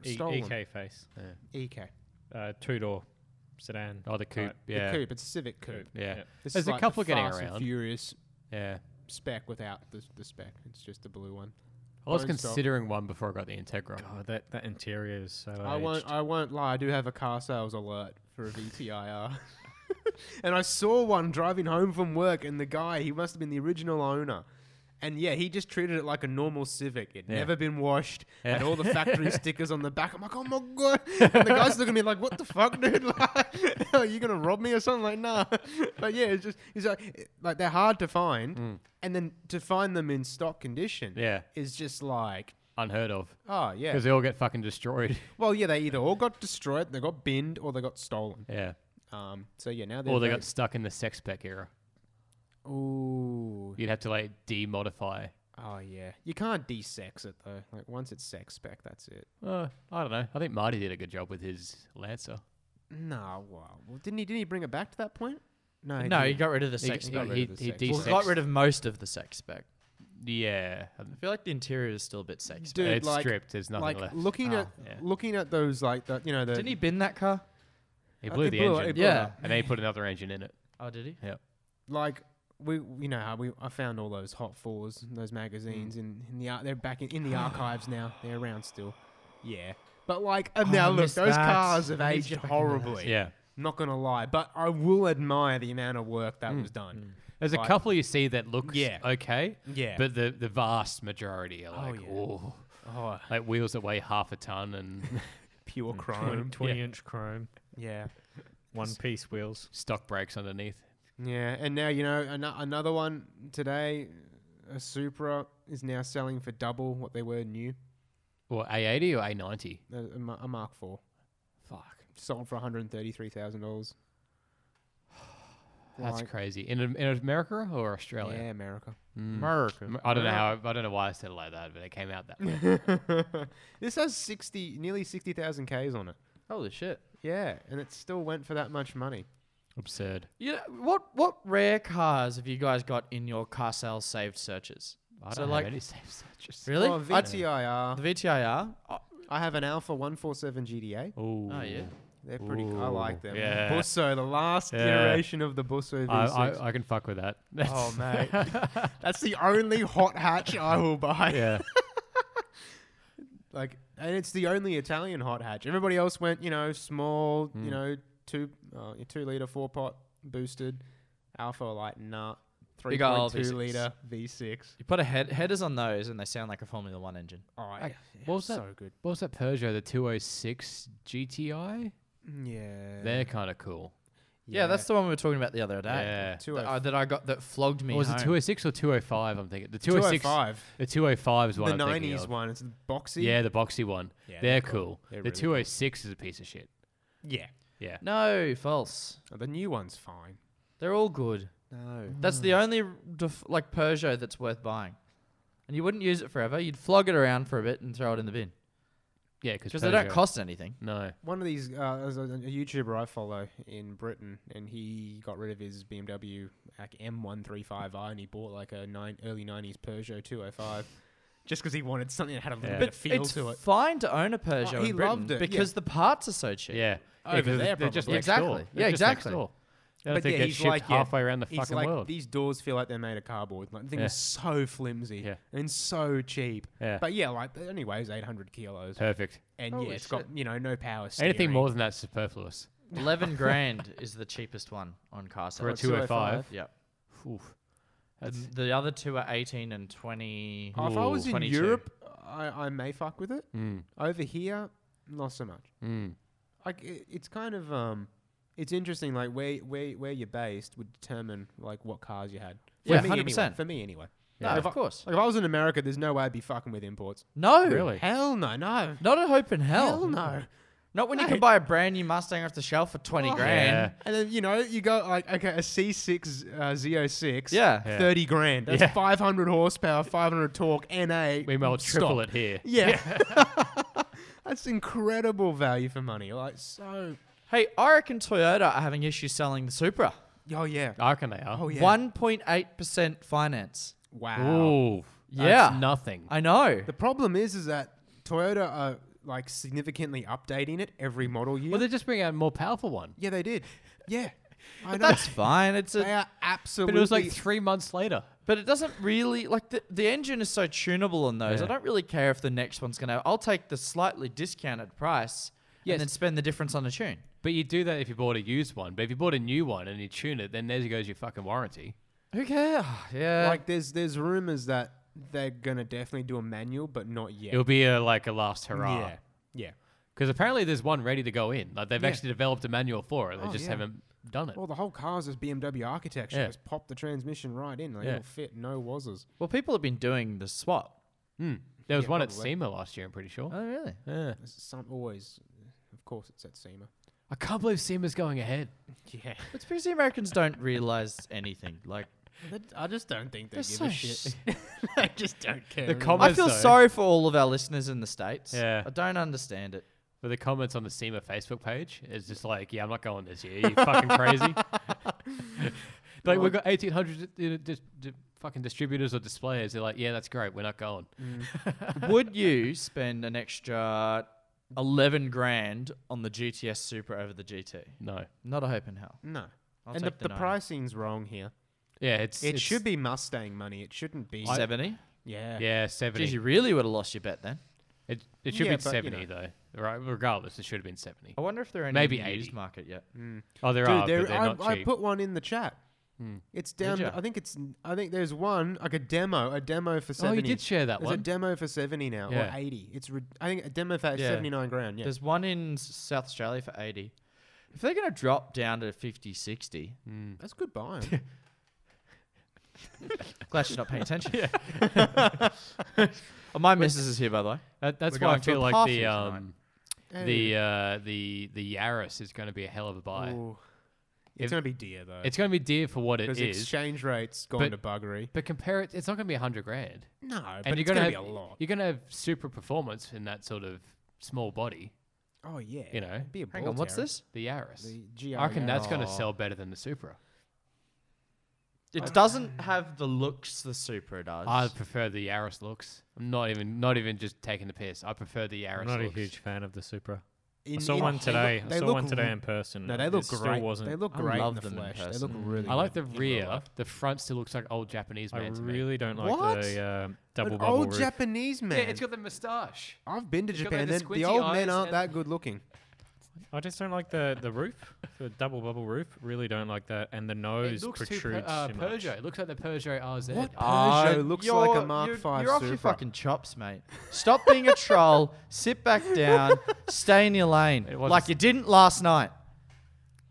Speaker 5: E-
Speaker 3: stolen. E
Speaker 5: EK face.
Speaker 3: EK.
Speaker 5: Uh, two door sedan.
Speaker 4: Oh, the coupe.
Speaker 5: Right.
Speaker 4: yeah.
Speaker 3: The coupe. It's a Civic coupe.
Speaker 4: Yeah.
Speaker 5: Yeah.
Speaker 3: This
Speaker 4: There's
Speaker 3: is
Speaker 4: a
Speaker 3: like the
Speaker 4: couple getting
Speaker 3: Fast and
Speaker 4: around.
Speaker 3: Furious
Speaker 4: Yeah.
Speaker 3: spec without the, the spec. It's just the blue one.
Speaker 4: I was
Speaker 3: Bone stock.
Speaker 4: considering one before I got the Integra.
Speaker 5: God, that that interior is so.
Speaker 3: I won't. I won't lie. I do have a car sales alert for a VTIR. and I saw one driving home from work, and the guy, he must have been the original owner. And yeah, he just treated it like a normal Civic. It'd
Speaker 4: Yeah.
Speaker 3: never been washed.
Speaker 4: Yeah.
Speaker 3: Had all the factory stickers on the back. I'm like, oh my god! And the guy's looking at me like, what the fuck, dude? Like, are you gonna rob me or something? Like, nah. But yeah, it's just it's like, like they're hard to find, and then to find them in stock condition
Speaker 4: Mm. Yeah.
Speaker 3: is just like,
Speaker 4: Unheard of.
Speaker 3: oh yeah,
Speaker 4: Because they all get fucking destroyed.
Speaker 3: well, yeah, they either all got destroyed, they got binned, or they got stolen.
Speaker 4: yeah.
Speaker 3: Um, so yeah, now they're
Speaker 4: Or they
Speaker 3: very-
Speaker 4: got stuck in the sex spec era.
Speaker 3: Ooh,
Speaker 4: You'd have to like demodify.
Speaker 3: oh yeah, you can't de-sex it though. Like once it's sex spec, that's it.
Speaker 4: Uh, I don't know. I think Marty did a good job with his Lancer.
Speaker 3: No, wow. Well, didn't he? Didn't he bring it back to that point? No,
Speaker 2: no, he
Speaker 3: didn't.
Speaker 2: got rid of the
Speaker 4: He-
Speaker 2: sex
Speaker 4: he-
Speaker 2: spec.
Speaker 3: rid
Speaker 4: he-
Speaker 3: of the
Speaker 4: he
Speaker 3: sex.
Speaker 4: de-
Speaker 2: Well,
Speaker 3: Well,
Speaker 2: got rid of most of the sex spec.
Speaker 4: Yeah.
Speaker 2: I feel like the interior is still a bit sexy.
Speaker 3: Dude,
Speaker 4: it's
Speaker 3: like,
Speaker 4: stripped. There's nothing
Speaker 3: like
Speaker 4: left.
Speaker 3: looking
Speaker 2: Ah,
Speaker 3: at
Speaker 4: yeah.
Speaker 3: looking at those like the you know the
Speaker 2: Didn't he bin that car?
Speaker 4: He
Speaker 3: I
Speaker 4: blew
Speaker 3: think
Speaker 4: the
Speaker 3: blew it-
Speaker 4: engine.
Speaker 3: he blew
Speaker 2: Yeah.
Speaker 3: it.
Speaker 4: And then he put another engine in it.
Speaker 2: Oh, did he?
Speaker 3: like we you know how we I found all those hot fours and those
Speaker 2: Mm.
Speaker 3: magazines in, in the ar- they're back in, in the archives now they're around still yeah but like and
Speaker 2: Oh, I
Speaker 3: now look
Speaker 2: missed
Speaker 3: those
Speaker 2: that.
Speaker 3: cars have
Speaker 2: I need to
Speaker 3: aged
Speaker 2: get back into that.
Speaker 3: horribly
Speaker 4: Yeah.
Speaker 3: Not gonna lie, but I will admire the amount of work that
Speaker 4: Mm.
Speaker 3: was done.
Speaker 4: There's a
Speaker 3: Like-
Speaker 4: couple you see that looks
Speaker 3: Yeah.
Speaker 4: okay,
Speaker 3: Yeah.
Speaker 4: Mm. but the, the vast majority are like,
Speaker 3: yeah.
Speaker 4: oh,
Speaker 3: Oh,
Speaker 4: like wheels that weigh half a ton and Mm.
Speaker 3: pure
Speaker 5: Chrome,
Speaker 3: crime.
Speaker 5: 20 inch chrome,
Speaker 3: Yeah.
Speaker 5: one piece wheels.
Speaker 4: stock brakes underneath.
Speaker 3: Yeah, and now you know an- another one today. A Supra is now selling for double what they were new.
Speaker 4: Or A80 or A90.
Speaker 3: A, a Ma- a Mark IV
Speaker 4: Fuck.
Speaker 3: sold for one hundred thirty-three thousand dollars.
Speaker 4: That's
Speaker 3: Like-
Speaker 4: crazy. In, in America or Australia?
Speaker 3: Yeah, America.
Speaker 4: America. I don't know how I don't know why I said it like that, but it came out that way.
Speaker 3: this has sixty, nearly sixty thousand k's on it.
Speaker 2: Holy shit.
Speaker 3: Yeah, and it still went for that much money.
Speaker 4: Absurd.
Speaker 2: Yeah, what what rare cars have you guys got in your car sales saved searches?
Speaker 4: I don't
Speaker 2: So,
Speaker 4: have
Speaker 2: like-
Speaker 4: any safe searches.
Speaker 2: Really?
Speaker 3: Oh,
Speaker 2: I-
Speaker 3: VTIR.
Speaker 2: the VTIR. Oh,
Speaker 3: I have an Alpha One Four Seven GDA.
Speaker 4: Ooh.
Speaker 2: oh, yeah.
Speaker 3: They're pretty. I
Speaker 4: Ooh,
Speaker 3: like them.
Speaker 4: yeah.
Speaker 3: Busso, the last
Speaker 4: Yeah.
Speaker 3: generation of the Busso V6.
Speaker 4: I, I, I can fuck with that.
Speaker 3: Oh mate, that's the only hot hatch I will buy.
Speaker 4: yeah.
Speaker 3: Like, and it's the only Italian hot hatch. Everybody else went, you know, small,
Speaker 4: Hmm.
Speaker 3: you know, two uh, two liter four pot boosted, alpha like nah, three
Speaker 2: Big ol'
Speaker 3: point
Speaker 2: V6.
Speaker 3: two liter V six.
Speaker 2: You put a head headers on those and they sound like a Formula One engine.
Speaker 3: Oh, yeah,
Speaker 4: What was that?
Speaker 3: so good.
Speaker 4: What was that Peugeot? The 206 GTI?
Speaker 3: Yeah,
Speaker 4: They're kind of cool.
Speaker 2: Yeah, that's the one we were talking about the other day.
Speaker 4: Yeah.
Speaker 3: two
Speaker 2: That, I- uh, that I got that flogged me.
Speaker 4: Or was
Speaker 2: home.
Speaker 4: it 206 or 205? I'm thinking. The
Speaker 3: two oh
Speaker 4: 206.
Speaker 3: five.
Speaker 4: The 205 is one
Speaker 3: The
Speaker 4: I'm thinking
Speaker 3: nineties
Speaker 4: of.
Speaker 3: one. It's the boxy.
Speaker 4: Yeah, the boxy one.
Speaker 3: Yeah,
Speaker 4: they're oh
Speaker 3: they're
Speaker 4: cool.
Speaker 3: They're
Speaker 4: the
Speaker 3: really cool.
Speaker 4: 206 is a piece of shit.
Speaker 3: yeah.
Speaker 4: Yeah.
Speaker 2: No, false.
Speaker 3: The new one's fine.
Speaker 2: They're all good.
Speaker 3: No.
Speaker 2: That's the only def- like Peugeot that's worth buying. And you wouldn't use it forever. You'd flog it around for a bit and throw it in the bin
Speaker 4: Yeah, because
Speaker 2: because they don't cost anything.
Speaker 4: No.
Speaker 3: One of these, uh, there's a, a YouTuber I follow in Britain, and he got rid of his BMW like M135i, and he bought like a nine, early '90s Peugeot 205, just because he wanted something that had a little
Speaker 4: Yeah.
Speaker 3: bit of feel
Speaker 2: it's
Speaker 3: to it.
Speaker 2: fine to own a Peugeot.
Speaker 3: he
Speaker 2: in Britain
Speaker 3: loved it, yeah.
Speaker 2: because the parts are so cheap.
Speaker 4: Yeah.
Speaker 3: Over
Speaker 4: yeah, 'cause
Speaker 3: there,
Speaker 4: they're just
Speaker 3: probably.
Speaker 4: next door.
Speaker 2: Exactly.
Speaker 4: They're
Speaker 2: Yeah,
Speaker 4: just next
Speaker 2: exactly.
Speaker 4: door. They don't
Speaker 3: But
Speaker 4: think
Speaker 3: yeah,
Speaker 4: get
Speaker 3: he's
Speaker 4: shipped
Speaker 3: like, yeah,
Speaker 4: halfway around the
Speaker 3: He's
Speaker 4: fucking
Speaker 3: like,
Speaker 4: world.
Speaker 3: these doors feel like they're made of cardboard. Like, the thing
Speaker 4: Yeah.
Speaker 3: is so flimsy
Speaker 4: Yeah.
Speaker 3: and so cheap.
Speaker 4: Yeah.
Speaker 3: But yeah, like it only weighs 800 kilos,
Speaker 4: Perfect.
Speaker 3: and
Speaker 2: Holy
Speaker 3: yeah, it's got you know no power. Steering.
Speaker 4: Anything more than that's superfluous.
Speaker 2: Eleven grand is the cheapest one on car
Speaker 4: For a
Speaker 2: sales.
Speaker 3: two-
Speaker 4: 205.
Speaker 2: Yep.
Speaker 4: Oof.
Speaker 2: The,
Speaker 4: That's,
Speaker 2: the other two are eighteen and twenty.
Speaker 3: Oh, if I was in
Speaker 2: 22.
Speaker 3: Europe, I, I may fuck with it.
Speaker 4: mm,
Speaker 3: Over here, not so much.
Speaker 4: mm.
Speaker 3: like it, it's kind of um it's interesting like where where where you're based would determine like what cars you had
Speaker 2: Yeah,
Speaker 3: me
Speaker 2: 100%.
Speaker 3: anyway, for me anyway
Speaker 2: No,
Speaker 3: Yeah.
Speaker 2: of course.
Speaker 3: like if i was in america there's no way i'd be fucking with imports
Speaker 2: No, Oh.
Speaker 4: Really?
Speaker 3: hell no no
Speaker 2: Not at Hope in Hell.
Speaker 3: hell no
Speaker 2: Not when you can
Speaker 3: Mate.
Speaker 2: buy a brand new Mustang off the shelf for twenty
Speaker 3: Oh.
Speaker 2: grand.
Speaker 3: and then you know you go like okay a c6 uh, z06
Speaker 2: Yeah.
Speaker 4: Yeah.
Speaker 3: 30 grand that's
Speaker 4: Yeah.
Speaker 3: 500 horsepower 500 torque na
Speaker 4: We might triple
Speaker 3: Stop.
Speaker 4: it here.
Speaker 3: yeah that's incredible value for money like so
Speaker 2: Hey, I reckon Toyota are having issues selling the Supra.
Speaker 3: oh yeah
Speaker 4: I reckon they are.
Speaker 3: oh yeah
Speaker 2: One point eight percent finance.
Speaker 3: wow
Speaker 4: Ooh.
Speaker 2: Yeah.
Speaker 4: That's nothing.
Speaker 2: I know.
Speaker 3: The problem is, is that Toyota are like significantly updating it every model year.
Speaker 4: Well, they just bring out a more powerful one.
Speaker 3: yeah, they did. Yeah, I
Speaker 2: But
Speaker 3: know.
Speaker 2: that's fine. It's
Speaker 3: They
Speaker 2: a,
Speaker 3: are absolutely.
Speaker 4: But it was like three months later.
Speaker 2: but it doesn't really like the, the engine is so tunable on those.
Speaker 4: Yeah.
Speaker 2: I don't really care if the next one's gonna. I'll take the slightly discounted price
Speaker 4: Yes.
Speaker 2: and then spend the difference on a tune.
Speaker 4: But you do that if you bought a used one. But if you bought a new one and you tune it, then there goes your fucking warranty.
Speaker 2: Who cares?
Speaker 4: uh,
Speaker 2: Yeah.
Speaker 3: like there's there's rumors that they're gonna definitely do a manual, but not yet.
Speaker 4: It'll be a, like a last hurrah.
Speaker 3: yeah, yeah.
Speaker 4: Because apparently there's one ready to go in. Like they've
Speaker 3: Yeah.
Speaker 4: actually developed a manual for it. They
Speaker 3: Oh,
Speaker 4: just
Speaker 3: yeah.
Speaker 4: haven't done it.
Speaker 3: Well, the whole car's this BMW architecture.
Speaker 4: Yeah.
Speaker 3: Just pop the transmission right in. Like
Speaker 4: Yeah.
Speaker 3: it'll fit no wazzers.
Speaker 2: well, people have been doing the swap.
Speaker 4: Hmm. There was
Speaker 3: Yeah,
Speaker 4: one at
Speaker 3: probably.
Speaker 4: SEMA last year, I'm pretty sure.
Speaker 2: Oh really?
Speaker 4: Yeah.
Speaker 3: There's Some always, of course, it's at SEMA.
Speaker 4: I can't believe SEMA's going ahead.
Speaker 3: Yeah,
Speaker 2: It's because the Americans don't realize anything. Like
Speaker 3: I just don't think they
Speaker 2: They're
Speaker 3: give
Speaker 2: so
Speaker 3: a shit. I just don't care. anymore.
Speaker 4: com-
Speaker 2: I
Speaker 4: Thomas,
Speaker 2: feel
Speaker 4: though-
Speaker 2: sorry for all of our listeners in the states.
Speaker 4: Yeah.
Speaker 2: I don't understand it.
Speaker 4: But the comments on the SEMA Facebook page is just like, yeah, I'm not going this year. You fucking crazy. like we've got 1,800 di- di- di- fucking distributors or displayers. They're like, yeah, that's great. We're not going.
Speaker 3: Mm.
Speaker 2: Would you spend an extra eleven grand on the GTS Super over the GT?
Speaker 4: No.
Speaker 2: Not a hope in hell.
Speaker 3: no.
Speaker 2: I'll
Speaker 3: and the,
Speaker 2: take the
Speaker 3: the
Speaker 2: nine.
Speaker 3: pricing's wrong here.
Speaker 4: Yeah, it's
Speaker 3: It should be Mustang money. It shouldn't be.
Speaker 2: Seventy.
Speaker 3: yeah.
Speaker 4: Yeah, 70.
Speaker 2: Geez, you really would have lost your bet then.
Speaker 4: It it should
Speaker 3: Yeah,
Speaker 4: be
Speaker 3: but, you Oh,
Speaker 4: seventy though, right? Regardless, it should have been seventy.
Speaker 2: I wonder if there are any
Speaker 4: Maybe
Speaker 2: in the used
Speaker 4: 80.
Speaker 2: market yet.
Speaker 4: Oh, there
Speaker 3: Dude,
Speaker 4: are,
Speaker 3: there,
Speaker 4: but they're
Speaker 3: I,
Speaker 4: not cheap. Hmm.
Speaker 3: I put one in the chat. It's down.
Speaker 2: ya?
Speaker 3: I think it's. I think there's one like a demo, a demo for
Speaker 4: Oh,
Speaker 3: seventy.
Speaker 4: you did share that
Speaker 3: there's a
Speaker 4: one.
Speaker 3: demo for seventy now
Speaker 4: Yeah.
Speaker 3: or eighty. It's. Re- I think a demo for
Speaker 2: Yeah.
Speaker 3: seventy nine grand. Yeah.
Speaker 2: There's one in S- South Australia for 80. If they're going to drop down to 50, 60,
Speaker 3: Hmm. That's good buying.
Speaker 2: glad she's not paying attention. oh, my missus is here, by the way.
Speaker 4: That, that's
Speaker 2: We're
Speaker 4: why I
Speaker 2: going to a
Speaker 4: feel like
Speaker 2: party
Speaker 4: the
Speaker 2: tonight.
Speaker 4: um,
Speaker 3: Hey.
Speaker 4: the uh, the the Yaris is going to be a hell of a buy.
Speaker 3: Ooh. It's
Speaker 4: If-
Speaker 3: gonna be dear though.
Speaker 4: It's going to be dear for what it
Speaker 3: because
Speaker 4: is,
Speaker 3: exchange rates gone
Speaker 4: But-
Speaker 3: to buggery.
Speaker 4: but compare it. It's not going to be hundred grand,
Speaker 3: No, but
Speaker 4: and
Speaker 3: it's
Speaker 4: you're going to
Speaker 3: be a lot.
Speaker 4: You're going to have super performance in that sort of small body.
Speaker 3: Oh yeah.
Speaker 4: You know,
Speaker 3: Be a
Speaker 2: Hang
Speaker 3: ball
Speaker 2: on, what's
Speaker 3: terror.
Speaker 2: this?
Speaker 4: the Yaris.
Speaker 3: The GR
Speaker 4: I reckon that's going to
Speaker 3: Yaris.
Speaker 4: sell better than the Supra.
Speaker 2: It doesn't have the looks the Supra does.
Speaker 4: I prefer the Yaris looks. I'm not even not even just taking the piss. I prefer the Yaris.
Speaker 5: I'm not a
Speaker 4: looks.
Speaker 5: huge fan of the Supra.
Speaker 3: In-
Speaker 5: I saw
Speaker 3: in-
Speaker 5: one
Speaker 3: they look-
Speaker 5: today.
Speaker 3: they
Speaker 5: I saw
Speaker 3: look
Speaker 5: one today
Speaker 3: re-
Speaker 5: in person.
Speaker 3: No, they
Speaker 5: It
Speaker 3: look
Speaker 5: still
Speaker 3: great.
Speaker 5: wasn't-
Speaker 3: They look
Speaker 2: I
Speaker 3: great in
Speaker 2: love
Speaker 3: the
Speaker 2: them in
Speaker 3: flesh. They look
Speaker 2: person.
Speaker 3: really.
Speaker 4: I like
Speaker 3: good
Speaker 4: the
Speaker 3: in real
Speaker 4: rear.
Speaker 3: life.
Speaker 4: The front still looks like old Japanese
Speaker 5: I
Speaker 4: man. to me.
Speaker 5: really don't like
Speaker 3: What?
Speaker 5: the uh, double
Speaker 3: An
Speaker 5: bubble
Speaker 3: old
Speaker 5: roof.
Speaker 3: oh, Japanese man.
Speaker 4: Yeah, it's got the moustache.
Speaker 3: I've been to
Speaker 4: it's got, like,
Speaker 3: Japan.
Speaker 4: the
Speaker 3: then the
Speaker 4: squinty
Speaker 3: old men
Speaker 4: eyes
Speaker 3: aren't
Speaker 4: and-
Speaker 3: that good looking.
Speaker 5: I just don't like the the roof, the double bubble roof. Really don't like that, and the nose
Speaker 4: It looks too per,
Speaker 5: protrudes
Speaker 4: uh,
Speaker 5: too much.
Speaker 4: Peugeot. It looks like the Peugeot RZ.
Speaker 3: What?
Speaker 2: Ah,
Speaker 3: Peugeot Oh, looks like a
Speaker 2: you're-
Speaker 3: Mark
Speaker 2: you're,
Speaker 3: V
Speaker 2: You're off your
Speaker 3: Supra.
Speaker 2: fucking chops, mate. Stop being a troll. Sit back down. Stay in your lane,
Speaker 4: It was-
Speaker 2: like you didn't last night.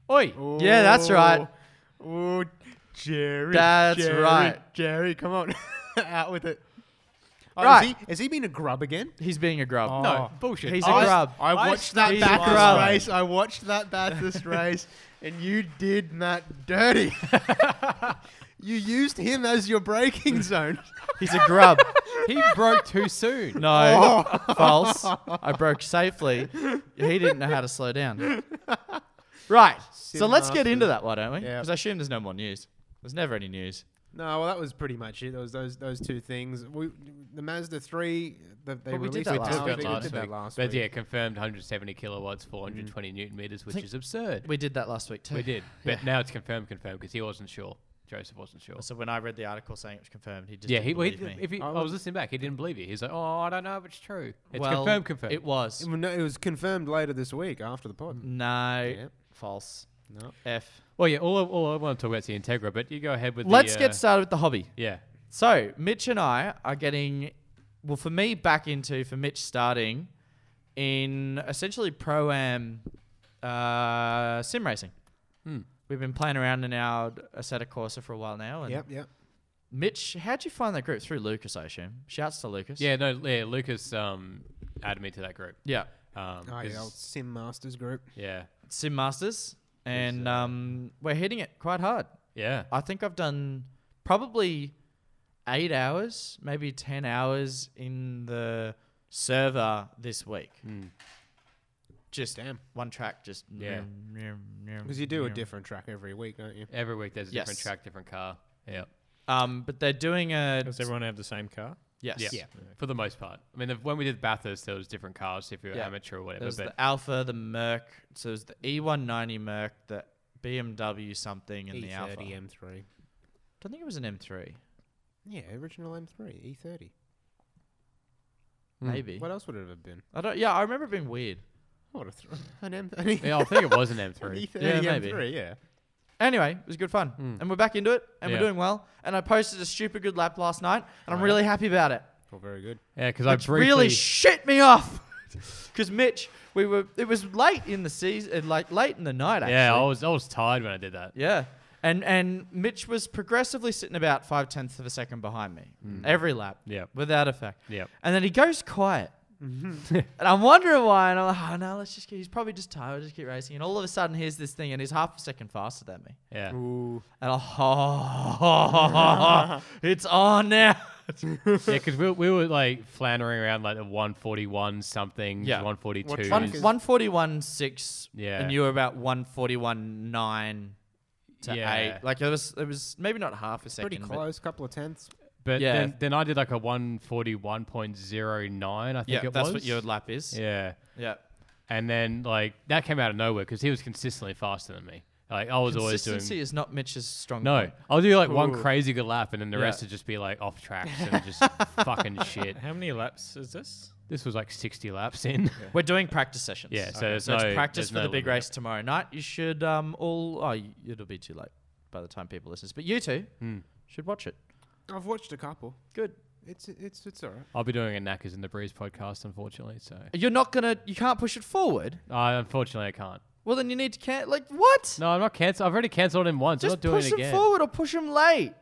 Speaker 4: Oi!
Speaker 2: Yeah, that's right.
Speaker 3: Oh, Jerry.
Speaker 2: That's
Speaker 3: Jerry,
Speaker 2: right.
Speaker 3: Jerry, come on. Out with it. Oh,
Speaker 2: Right.
Speaker 3: Is he, has he been a grub again?
Speaker 2: He's being a grub.
Speaker 4: No,
Speaker 3: Oh.
Speaker 4: bullshit.
Speaker 2: He's a
Speaker 4: I-
Speaker 2: grub.
Speaker 3: I watched that
Speaker 2: he's a
Speaker 3: Bathurst
Speaker 2: grub.
Speaker 3: race. I watched that Bathurst race, and you did Matt dirty. you used him as your braking zone.
Speaker 2: He's a grub.
Speaker 4: He broke too soon.
Speaker 2: No,
Speaker 3: Oh.
Speaker 2: false. I broke safely. He didn't know how to slow down. Right. so
Speaker 3: Sin
Speaker 2: let's get
Speaker 3: masters.
Speaker 2: into that, why don't we?
Speaker 3: Yeah.
Speaker 2: Because I assume there's no more news. There's never any news.
Speaker 3: No, well, that was pretty much it. Those those those two things. We the Mazda three. The, they
Speaker 2: But we did
Speaker 3: released
Speaker 2: that
Speaker 3: the
Speaker 2: last
Speaker 3: town
Speaker 2: week.
Speaker 3: figure.
Speaker 4: Discussed last
Speaker 3: Did that
Speaker 4: week.
Speaker 3: last
Speaker 4: but
Speaker 3: week.
Speaker 4: yeah, confirmed 170 kilowatts,
Speaker 5: Mm.
Speaker 4: 420 newton meters, which
Speaker 2: think-
Speaker 4: is absurd.
Speaker 2: We did that last week too.
Speaker 4: We did, but now it's confirmed, confirmed because he wasn't sure. Joseph wasn't sure.
Speaker 2: So when I read the article saying it was confirmed, he just
Speaker 4: yeah,
Speaker 2: didn't
Speaker 4: he, well, he
Speaker 2: believe me.
Speaker 4: if he,
Speaker 3: I
Speaker 4: I, was
Speaker 3: wasn't-
Speaker 4: listening back, he didn't believe it. He's like, oh, I don't know if it's true. It's
Speaker 2: Well,
Speaker 4: confirmed, confirmed. Mm.
Speaker 2: It was.
Speaker 3: Well, no, it was confirmed later this week after the pod.
Speaker 2: No.
Speaker 3: Yeah.
Speaker 2: False.
Speaker 3: No.
Speaker 2: F.
Speaker 4: well, yeah, all, I- all I want to talk about is the Integra, but you go ahead with
Speaker 2: Let's
Speaker 4: the, uh,
Speaker 2: get started with the hobby.
Speaker 4: Yeah.
Speaker 2: So Mitch and I are getting, well, for me, back into for Mitch starting in essentially pro am uh, sim racing.
Speaker 4: Hmm.
Speaker 2: We've been playing around in our a set of Corsa for a while now. And
Speaker 3: Yep, yep.
Speaker 2: Mitch, how'd you find that group through Lucas? I assume. Shouts to Lucas.
Speaker 4: Yeah, no, yeah, Lucas um, added me to that group.
Speaker 2: Yeah.
Speaker 4: Um,
Speaker 3: Oh, yeah,
Speaker 4: 'cause-
Speaker 3: old Sim Masters group.
Speaker 4: yeah,
Speaker 2: Sim Masters, and um, we're hitting it quite hard.
Speaker 4: yeah.
Speaker 2: I think I've done probably eight hours, maybe 10 hours in the server this week. Just
Speaker 3: Damn.
Speaker 2: one track, just.
Speaker 4: Hmm. Yeah.
Speaker 3: Because you do a different track every week, don't you?
Speaker 4: Every week there's a different
Speaker 2: Yes.
Speaker 4: track, different car. Yeah.
Speaker 2: Um, but they're doing a.
Speaker 5: Does everyone have the same car?
Speaker 2: Yes.
Speaker 4: Yeah. For the most part. I mean, the, when we did Bathurst, there was different cars if you were
Speaker 2: Yeah.
Speaker 4: amateur or whatever.
Speaker 2: There's
Speaker 4: But
Speaker 2: the Alpha, the Merc. So there's the E190 Merc, the BMW something, and
Speaker 3: E
Speaker 2: the Alpha. I
Speaker 3: E30 M3.
Speaker 2: don't think it was an M3.
Speaker 3: Yeah, original M3 E30.
Speaker 4: Hmm.
Speaker 2: Maybe.
Speaker 3: What else would it have been?
Speaker 2: I don't. Yeah, I remember it being weird.
Speaker 3: I would have thrown an M. An e-
Speaker 4: yeah, I think it was an
Speaker 3: an E
Speaker 4: M3.
Speaker 3: E30
Speaker 2: Yeah, maybe.
Speaker 3: M3. Yeah.
Speaker 2: Anyway, it was good fun. And we're back into it and
Speaker 4: Hmm. Yeah.
Speaker 2: we're doing well. And I posted a stupid good lap last night and I'm really happy about it.
Speaker 3: Well, very good.
Speaker 4: yeah, because I
Speaker 2: Which
Speaker 4: briefly.
Speaker 2: really shit me off. Cuz Mitch, we were it was late in the season like late in the night actually.
Speaker 4: yeah, I was I was tired when I did that.
Speaker 2: Yeah. And and Mitch was progressively sitting about five tenths of a second behind me every lap.
Speaker 4: Mm-hmm. Yep.
Speaker 2: Without effect.
Speaker 4: Yep. Mm-hmm.
Speaker 2: And then he goes quiet. and I'm wondering why. And I'm like, oh, no, let's just keep. He's probably just tired. We'll just keep racing. And all of a sudden, here's this thing, and he's half a second faster than me.
Speaker 4: Yeah.
Speaker 3: Ooh.
Speaker 2: And oh, it's on now.
Speaker 4: Yeah, because we, we were like floundering around like the 141 something,
Speaker 2: Yeah.
Speaker 3: One-
Speaker 4: 142.
Speaker 2: One
Speaker 3: Because-
Speaker 2: one forty one six.
Speaker 4: Yeah.
Speaker 2: And you were about one forty one nine to
Speaker 4: Yeah.
Speaker 2: eight. Like it was, it was maybe not half a second.
Speaker 3: Pretty
Speaker 2: but-
Speaker 3: close, couple of tenths.
Speaker 4: But
Speaker 2: Yeah.
Speaker 4: then, then I did like a 141.09, I think
Speaker 2: Yeah,
Speaker 4: it
Speaker 2: that's
Speaker 4: was.
Speaker 2: what your lap is.
Speaker 4: Yeah.
Speaker 2: yeah.
Speaker 4: And then like that came out of nowhere because he was consistently faster than me. Like I was always doing.
Speaker 2: Consistency is not Mitch's strong.
Speaker 4: No,
Speaker 2: point.
Speaker 4: I'll do like one
Speaker 3: Ooh.
Speaker 4: crazy good lap, and then the
Speaker 2: Yeah.
Speaker 4: rest would just be like off tracks and just fucking shit.
Speaker 5: How many laps is this?
Speaker 4: This was like 60 laps in.
Speaker 2: We're doing practice sessions.
Speaker 4: Yeah, so there's
Speaker 2: so
Speaker 4: no-
Speaker 2: it's practice
Speaker 4: there's
Speaker 2: for the
Speaker 4: no
Speaker 2: big
Speaker 4: limit.
Speaker 2: race tomorrow night. You should um all oh y- it'll be too late by the time people listen. But you two
Speaker 4: Hmm.
Speaker 2: should watch it.
Speaker 3: I've watched a couple.
Speaker 2: Good.
Speaker 3: It's it's it's alright.
Speaker 4: I'll be doing a Knackers in the Breeze podcast, unfortunately. So,
Speaker 2: You're not gonna you can't push it forward.
Speaker 4: I unfortunately, I can't.
Speaker 2: Well then you need to can like what?
Speaker 4: No, I'm not cancel. I've already cancelled him once.
Speaker 2: Just
Speaker 4: I'm not
Speaker 2: push
Speaker 4: doing it
Speaker 2: them
Speaker 4: again.
Speaker 2: forward or push them late.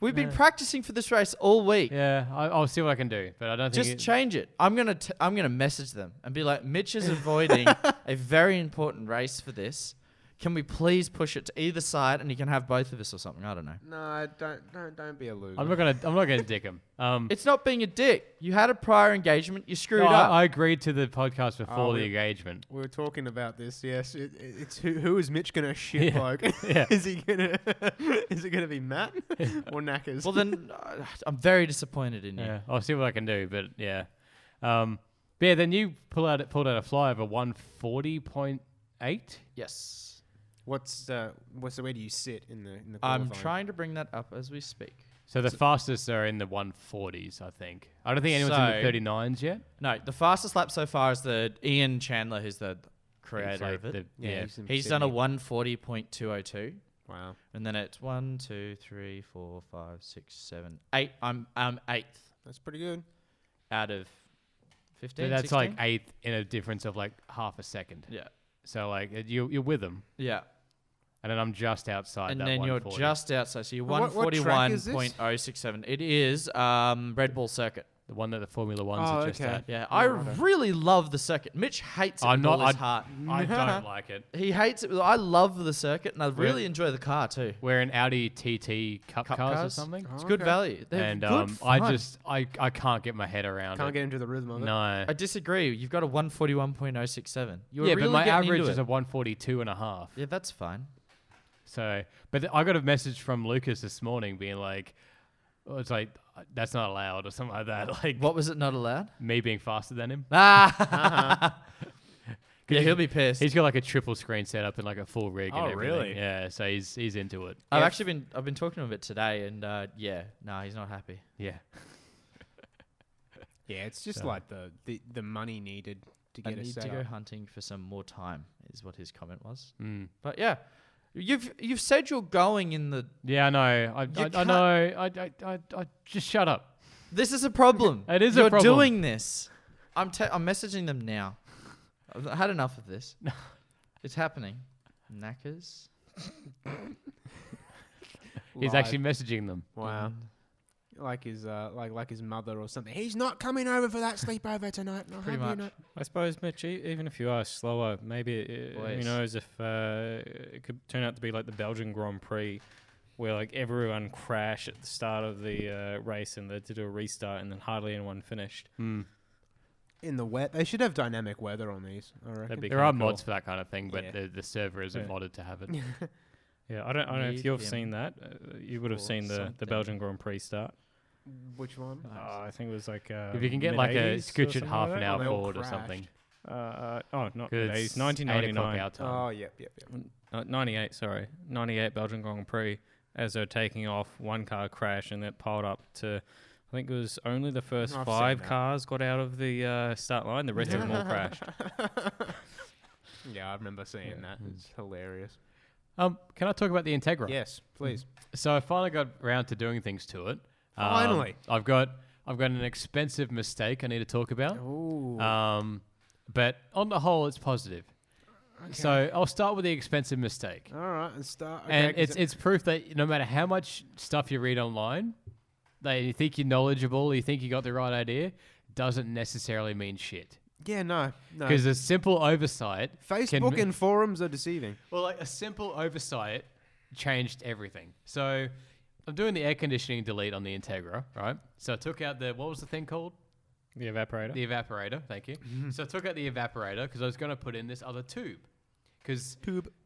Speaker 2: We've been practicing for this race all week.
Speaker 4: Yeah, I, I'll see what I can do, but I don't
Speaker 2: Just
Speaker 4: think. it-
Speaker 2: change it. I'm gonna t- I'm gonna message them and be like, Mitch is avoiding a very important race for this. Can we please push it to either side and you can have both of us or something? I don't know.
Speaker 3: No, don't don't don't be a loser.
Speaker 4: I'm not gonna. I'm not gonna dick him. Um,
Speaker 2: It's not being a dick. You had a prior engagement. You screwed
Speaker 4: no, Oh, I,
Speaker 2: up.
Speaker 4: I agreed to the podcast before
Speaker 3: Oh,
Speaker 4: the
Speaker 3: we-
Speaker 4: engagement.
Speaker 3: we were talking about this. Yes, it, it- it's who, who is Mitch gonna shit
Speaker 4: Yeah,
Speaker 3: like?
Speaker 4: yeah.
Speaker 3: is he gonna is it gonna be Matt or Knackers?
Speaker 2: well, then uh, I'm very disappointed in you.
Speaker 4: Yeah, I'll see what I can do, but yeah, um, but yeah. Then you pull out pulled out a fly of a 140.8.
Speaker 2: Yes.
Speaker 3: what's uh, what's the way do you sit in the in the?
Speaker 2: I'm
Speaker 3: qualifying?
Speaker 2: trying to bring that up as we speak.
Speaker 4: So the fastest are in the 140s, I think. I don't think anyone's
Speaker 2: So-
Speaker 4: in the 39s yet.
Speaker 2: No, the fastest lap so far is the Ian Chandler, who's the
Speaker 4: It's
Speaker 2: creator
Speaker 4: like
Speaker 2: of it.
Speaker 4: the-
Speaker 3: Yeah,
Speaker 4: yeah,
Speaker 3: he's in
Speaker 2: He's done a
Speaker 3: Sydney.
Speaker 2: 140.202.
Speaker 3: Wow.
Speaker 2: And then it's one, two, three, four, five, six, seven, eight. I'm I'm eighth
Speaker 3: That's pretty good.
Speaker 2: out of
Speaker 4: So
Speaker 2: fifteen.
Speaker 4: that's
Speaker 2: 16?
Speaker 4: like eighth in a difference of like half a second.
Speaker 2: yeah,
Speaker 4: So like you you're with them,
Speaker 2: yeah.
Speaker 4: and then I'm just outside.
Speaker 2: And
Speaker 4: that
Speaker 2: then you're
Speaker 4: 140.
Speaker 2: just outside. So you're one
Speaker 3: What- what
Speaker 2: forty
Speaker 3: track
Speaker 2: one
Speaker 3: is this?
Speaker 2: point oh six seven. It is um Red Bull Circuit.
Speaker 4: the one that the Formula Ones
Speaker 3: Oh,
Speaker 4: are just
Speaker 3: okay.
Speaker 4: at.
Speaker 2: Yeah, I really love the circuit. Mitch hates it
Speaker 4: I'm
Speaker 2: with all
Speaker 4: not-
Speaker 2: his
Speaker 4: I-
Speaker 2: heart.
Speaker 4: I don't like it.
Speaker 2: He hates it. with- I love the circuit, and I really,
Speaker 4: Really?
Speaker 2: enjoy the car too.
Speaker 4: We're an Audi TT Cup,
Speaker 2: Cup
Speaker 4: cars, or
Speaker 2: cars?
Speaker 4: something.
Speaker 2: It's good
Speaker 3: okay.
Speaker 2: value. They're
Speaker 4: and
Speaker 2: good
Speaker 4: um, I
Speaker 2: fun.
Speaker 4: just I, I can't get my head around
Speaker 3: Can't
Speaker 4: it.
Speaker 3: get into the rhythm of it.
Speaker 4: no.
Speaker 2: I disagree. You've got a one forty one point oh six seven. You were
Speaker 4: yeah,
Speaker 2: really
Speaker 4: but my
Speaker 2: getting
Speaker 4: average
Speaker 2: into
Speaker 4: is
Speaker 2: it.
Speaker 4: a 142 and a half.
Speaker 2: yeah, that's fine.
Speaker 4: So, but th- I got a message from Lucas this morning being like, oh, it's like, that's not allowed or something like that. Like,
Speaker 2: What was it not allowed?
Speaker 4: me being faster than him.
Speaker 2: Ah. yeah, he'll be pissed.
Speaker 4: Uh-huh. He's got like a triple screen setup and like a full rig.
Speaker 3: Oh,
Speaker 4: and everything.
Speaker 3: really?
Speaker 4: Yeah, so he's he's into it.
Speaker 2: I've actually been I've been talking to him a bit today, and uh, yeah, no, he's not happy.
Speaker 4: Yeah.
Speaker 3: Yeah, it's just like the, the the money needed to
Speaker 2: I
Speaker 3: get a
Speaker 2: need to
Speaker 3: setup.
Speaker 2: go hunting for some more time, is what his comment was.
Speaker 4: Mm.
Speaker 2: But yeah, you've you've said you're going in the.
Speaker 4: Yeah, I know. I, I, I
Speaker 2: can't-
Speaker 4: know. I, I, I, I just shut up.
Speaker 2: This is a problem.
Speaker 4: It is a
Speaker 2: you're
Speaker 4: problem.
Speaker 2: doing this. I'm te- I'm messaging them now. I've had enough of this. it's happening. Knackers.
Speaker 4: He's
Speaker 3: Live.
Speaker 4: actually messaging them.
Speaker 3: wow. Like his uh, like like his mother or something. He's not coming over for that sleepover tonight. I'll
Speaker 2: Pretty
Speaker 3: have you
Speaker 2: much.
Speaker 3: know.
Speaker 5: I suppose, Mitch, e- even if you are slower, maybe uh, who
Speaker 2: Boys.
Speaker 5: knows if uh, it could turn out to be like the Belgian Grand Prix, where like everyone crashed at the start of the uh, race and they had to do a restart, and then hardly anyone finished.
Speaker 3: In the wet, they should have dynamic weather on these. I reckon.
Speaker 5: That'd be
Speaker 4: There
Speaker 5: kinda
Speaker 4: are
Speaker 5: cool.
Speaker 4: mods for that kind of thing, but
Speaker 3: Yeah.
Speaker 4: the, the server isn't
Speaker 5: Yeah.
Speaker 4: modded to have it.
Speaker 5: Yeah, I don't, I don't know if
Speaker 2: Need
Speaker 5: you've
Speaker 2: him
Speaker 5: seen that. Uh, you would have
Speaker 2: for
Speaker 5: seen the, the
Speaker 2: something.
Speaker 5: Belgian Grand Prix start.
Speaker 3: Which one?
Speaker 5: Uh, I think it was like uh,
Speaker 4: if you can get like a
Speaker 5: mid-eighties or
Speaker 4: scooch it
Speaker 5: something
Speaker 4: half
Speaker 5: like
Speaker 4: an
Speaker 5: that.
Speaker 4: hour
Speaker 3: they all
Speaker 4: forward or
Speaker 3: crashed.
Speaker 4: something.
Speaker 5: Uh, uh, oh, not
Speaker 4: Because
Speaker 5: mid-eighties,
Speaker 4: it's 1999 our
Speaker 5: 1999.
Speaker 4: time.
Speaker 3: Oh, yep, yep, yep.
Speaker 5: Uh, 98, sorry. 98 Belgian Grand Prix as they're taking off, one car crashed and that piled up to, I think it was only the first
Speaker 3: I've seen
Speaker 5: five
Speaker 3: that.
Speaker 5: cars got out of the uh, start line. The rest of them all crashed.
Speaker 3: Yeah, I remember seeing that. It's hilarious.
Speaker 4: Um, can I talk about the Integra?
Speaker 3: Yes, please.
Speaker 4: So I finally got round to doing things to it. Um,
Speaker 3: Finally.
Speaker 4: I've got I've got an expensive mistake I need to talk about.
Speaker 3: Ooh.
Speaker 4: Um, but on the whole, it's positive. So I'll start with the expensive mistake,
Speaker 3: All right, and start. Oh, Okay,
Speaker 4: Mm. and
Speaker 3: 'cause
Speaker 4: it's it's proof that no matter how much stuff you read online, that you think you're knowledgeable, you think you got the right idea, doesn't necessarily mean shit.
Speaker 3: yeah, no, no.
Speaker 4: Because a simple oversight, can
Speaker 3: Facebook
Speaker 4: m-
Speaker 3: and forums are deceiving.
Speaker 4: well, like a simple oversight changed everything. So I'm doing the air conditioning delete on the Integra, right? So I took out the what was the thing called?
Speaker 5: The evaporator.
Speaker 4: The evaporator. Thank you.
Speaker 3: Mm-hmm.
Speaker 4: so I took out the evaporator because I was going to put in this other tube because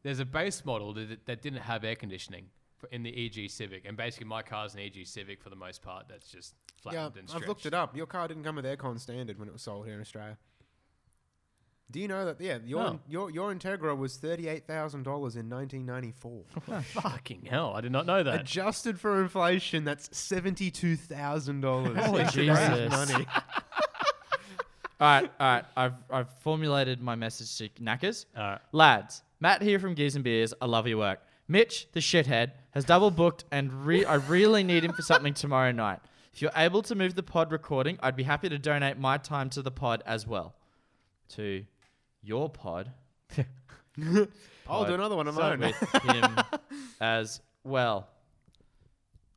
Speaker 4: there's a base model that, that didn't have air conditioning for- in the EG Civic, and basically my car's an EG Civic for the most part. That's just
Speaker 3: Yeah,
Speaker 4: flattened and stretched.
Speaker 3: I've looked it up. Your car didn't come with aircon standard when it was sold here in Australia. Do you know that? Yeah, your
Speaker 4: No.
Speaker 3: your your Integra was thirty eight thousand dollars in nineteen ninety four.
Speaker 4: Fucking hell! I did not know that.
Speaker 3: Adjusted for inflation, that's seventy two thousand dollars.
Speaker 2: Holy Jesus.
Speaker 3: money!
Speaker 2: All right, all right. I've I've formulated my message to knackers.
Speaker 4: Alright.
Speaker 2: Lads, Matt here from Gears and Beers. I love your work. Mitch, the shithead, has double booked, and re- I really need him for something tomorrow night. If you're able to move the pod recording, I'd be happy to donate my time to the pod as well. To your pod.
Speaker 3: I'll do
Speaker 2: Pod.
Speaker 3: another one of
Speaker 2: So
Speaker 3: my own.
Speaker 2: with him as well.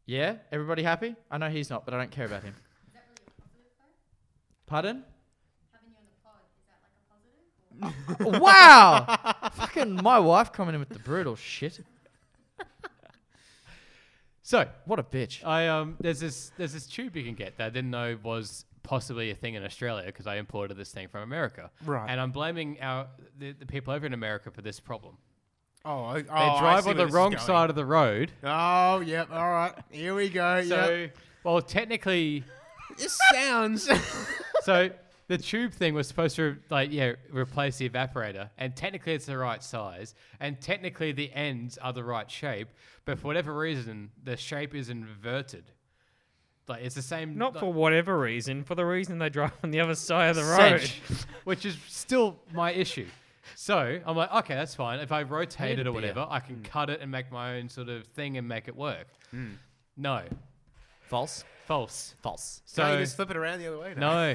Speaker 2: Yeah, everybody happy? I know he's not, but I don't care about him. Pardon? wow! Fucking my wife coming in with the brutal shit.
Speaker 4: So
Speaker 2: What a bitch.
Speaker 4: I um, there's this there's this tube you can get that I didn't know was possibly a thing in Australia because I imported this thing from America.
Speaker 3: Right.
Speaker 4: And I'm blaming our the, the people over in America for this problem.
Speaker 3: Oh, I- oh,
Speaker 4: They
Speaker 3: I
Speaker 4: drive
Speaker 3: see
Speaker 4: on
Speaker 3: where
Speaker 4: the
Speaker 3: this is
Speaker 4: wrong
Speaker 3: going.
Speaker 4: side of the road.
Speaker 3: Oh, yep. All right. Here we go.
Speaker 4: So,
Speaker 3: yep.
Speaker 4: well, technically,
Speaker 3: This sounds.
Speaker 4: so the tube thing was supposed to like yeah replace the evaporator, and technically it's the right size, and technically the ends are the right shape, but for whatever reason the shape is inverted. Like it's the same.
Speaker 5: Not
Speaker 4: like-
Speaker 5: for whatever reason, for the reason they drive on the other side of the road.
Speaker 2: Sedge.
Speaker 4: which is still my issue. So I'm like, okay, that's fine. If I rotate it or whatever, I
Speaker 3: Hmm.
Speaker 4: can cut it and make my own sort of thing and make it work. No,
Speaker 2: False.
Speaker 4: false.
Speaker 2: False.
Speaker 4: So
Speaker 3: Can't you just flip it around the other way? now?
Speaker 4: no,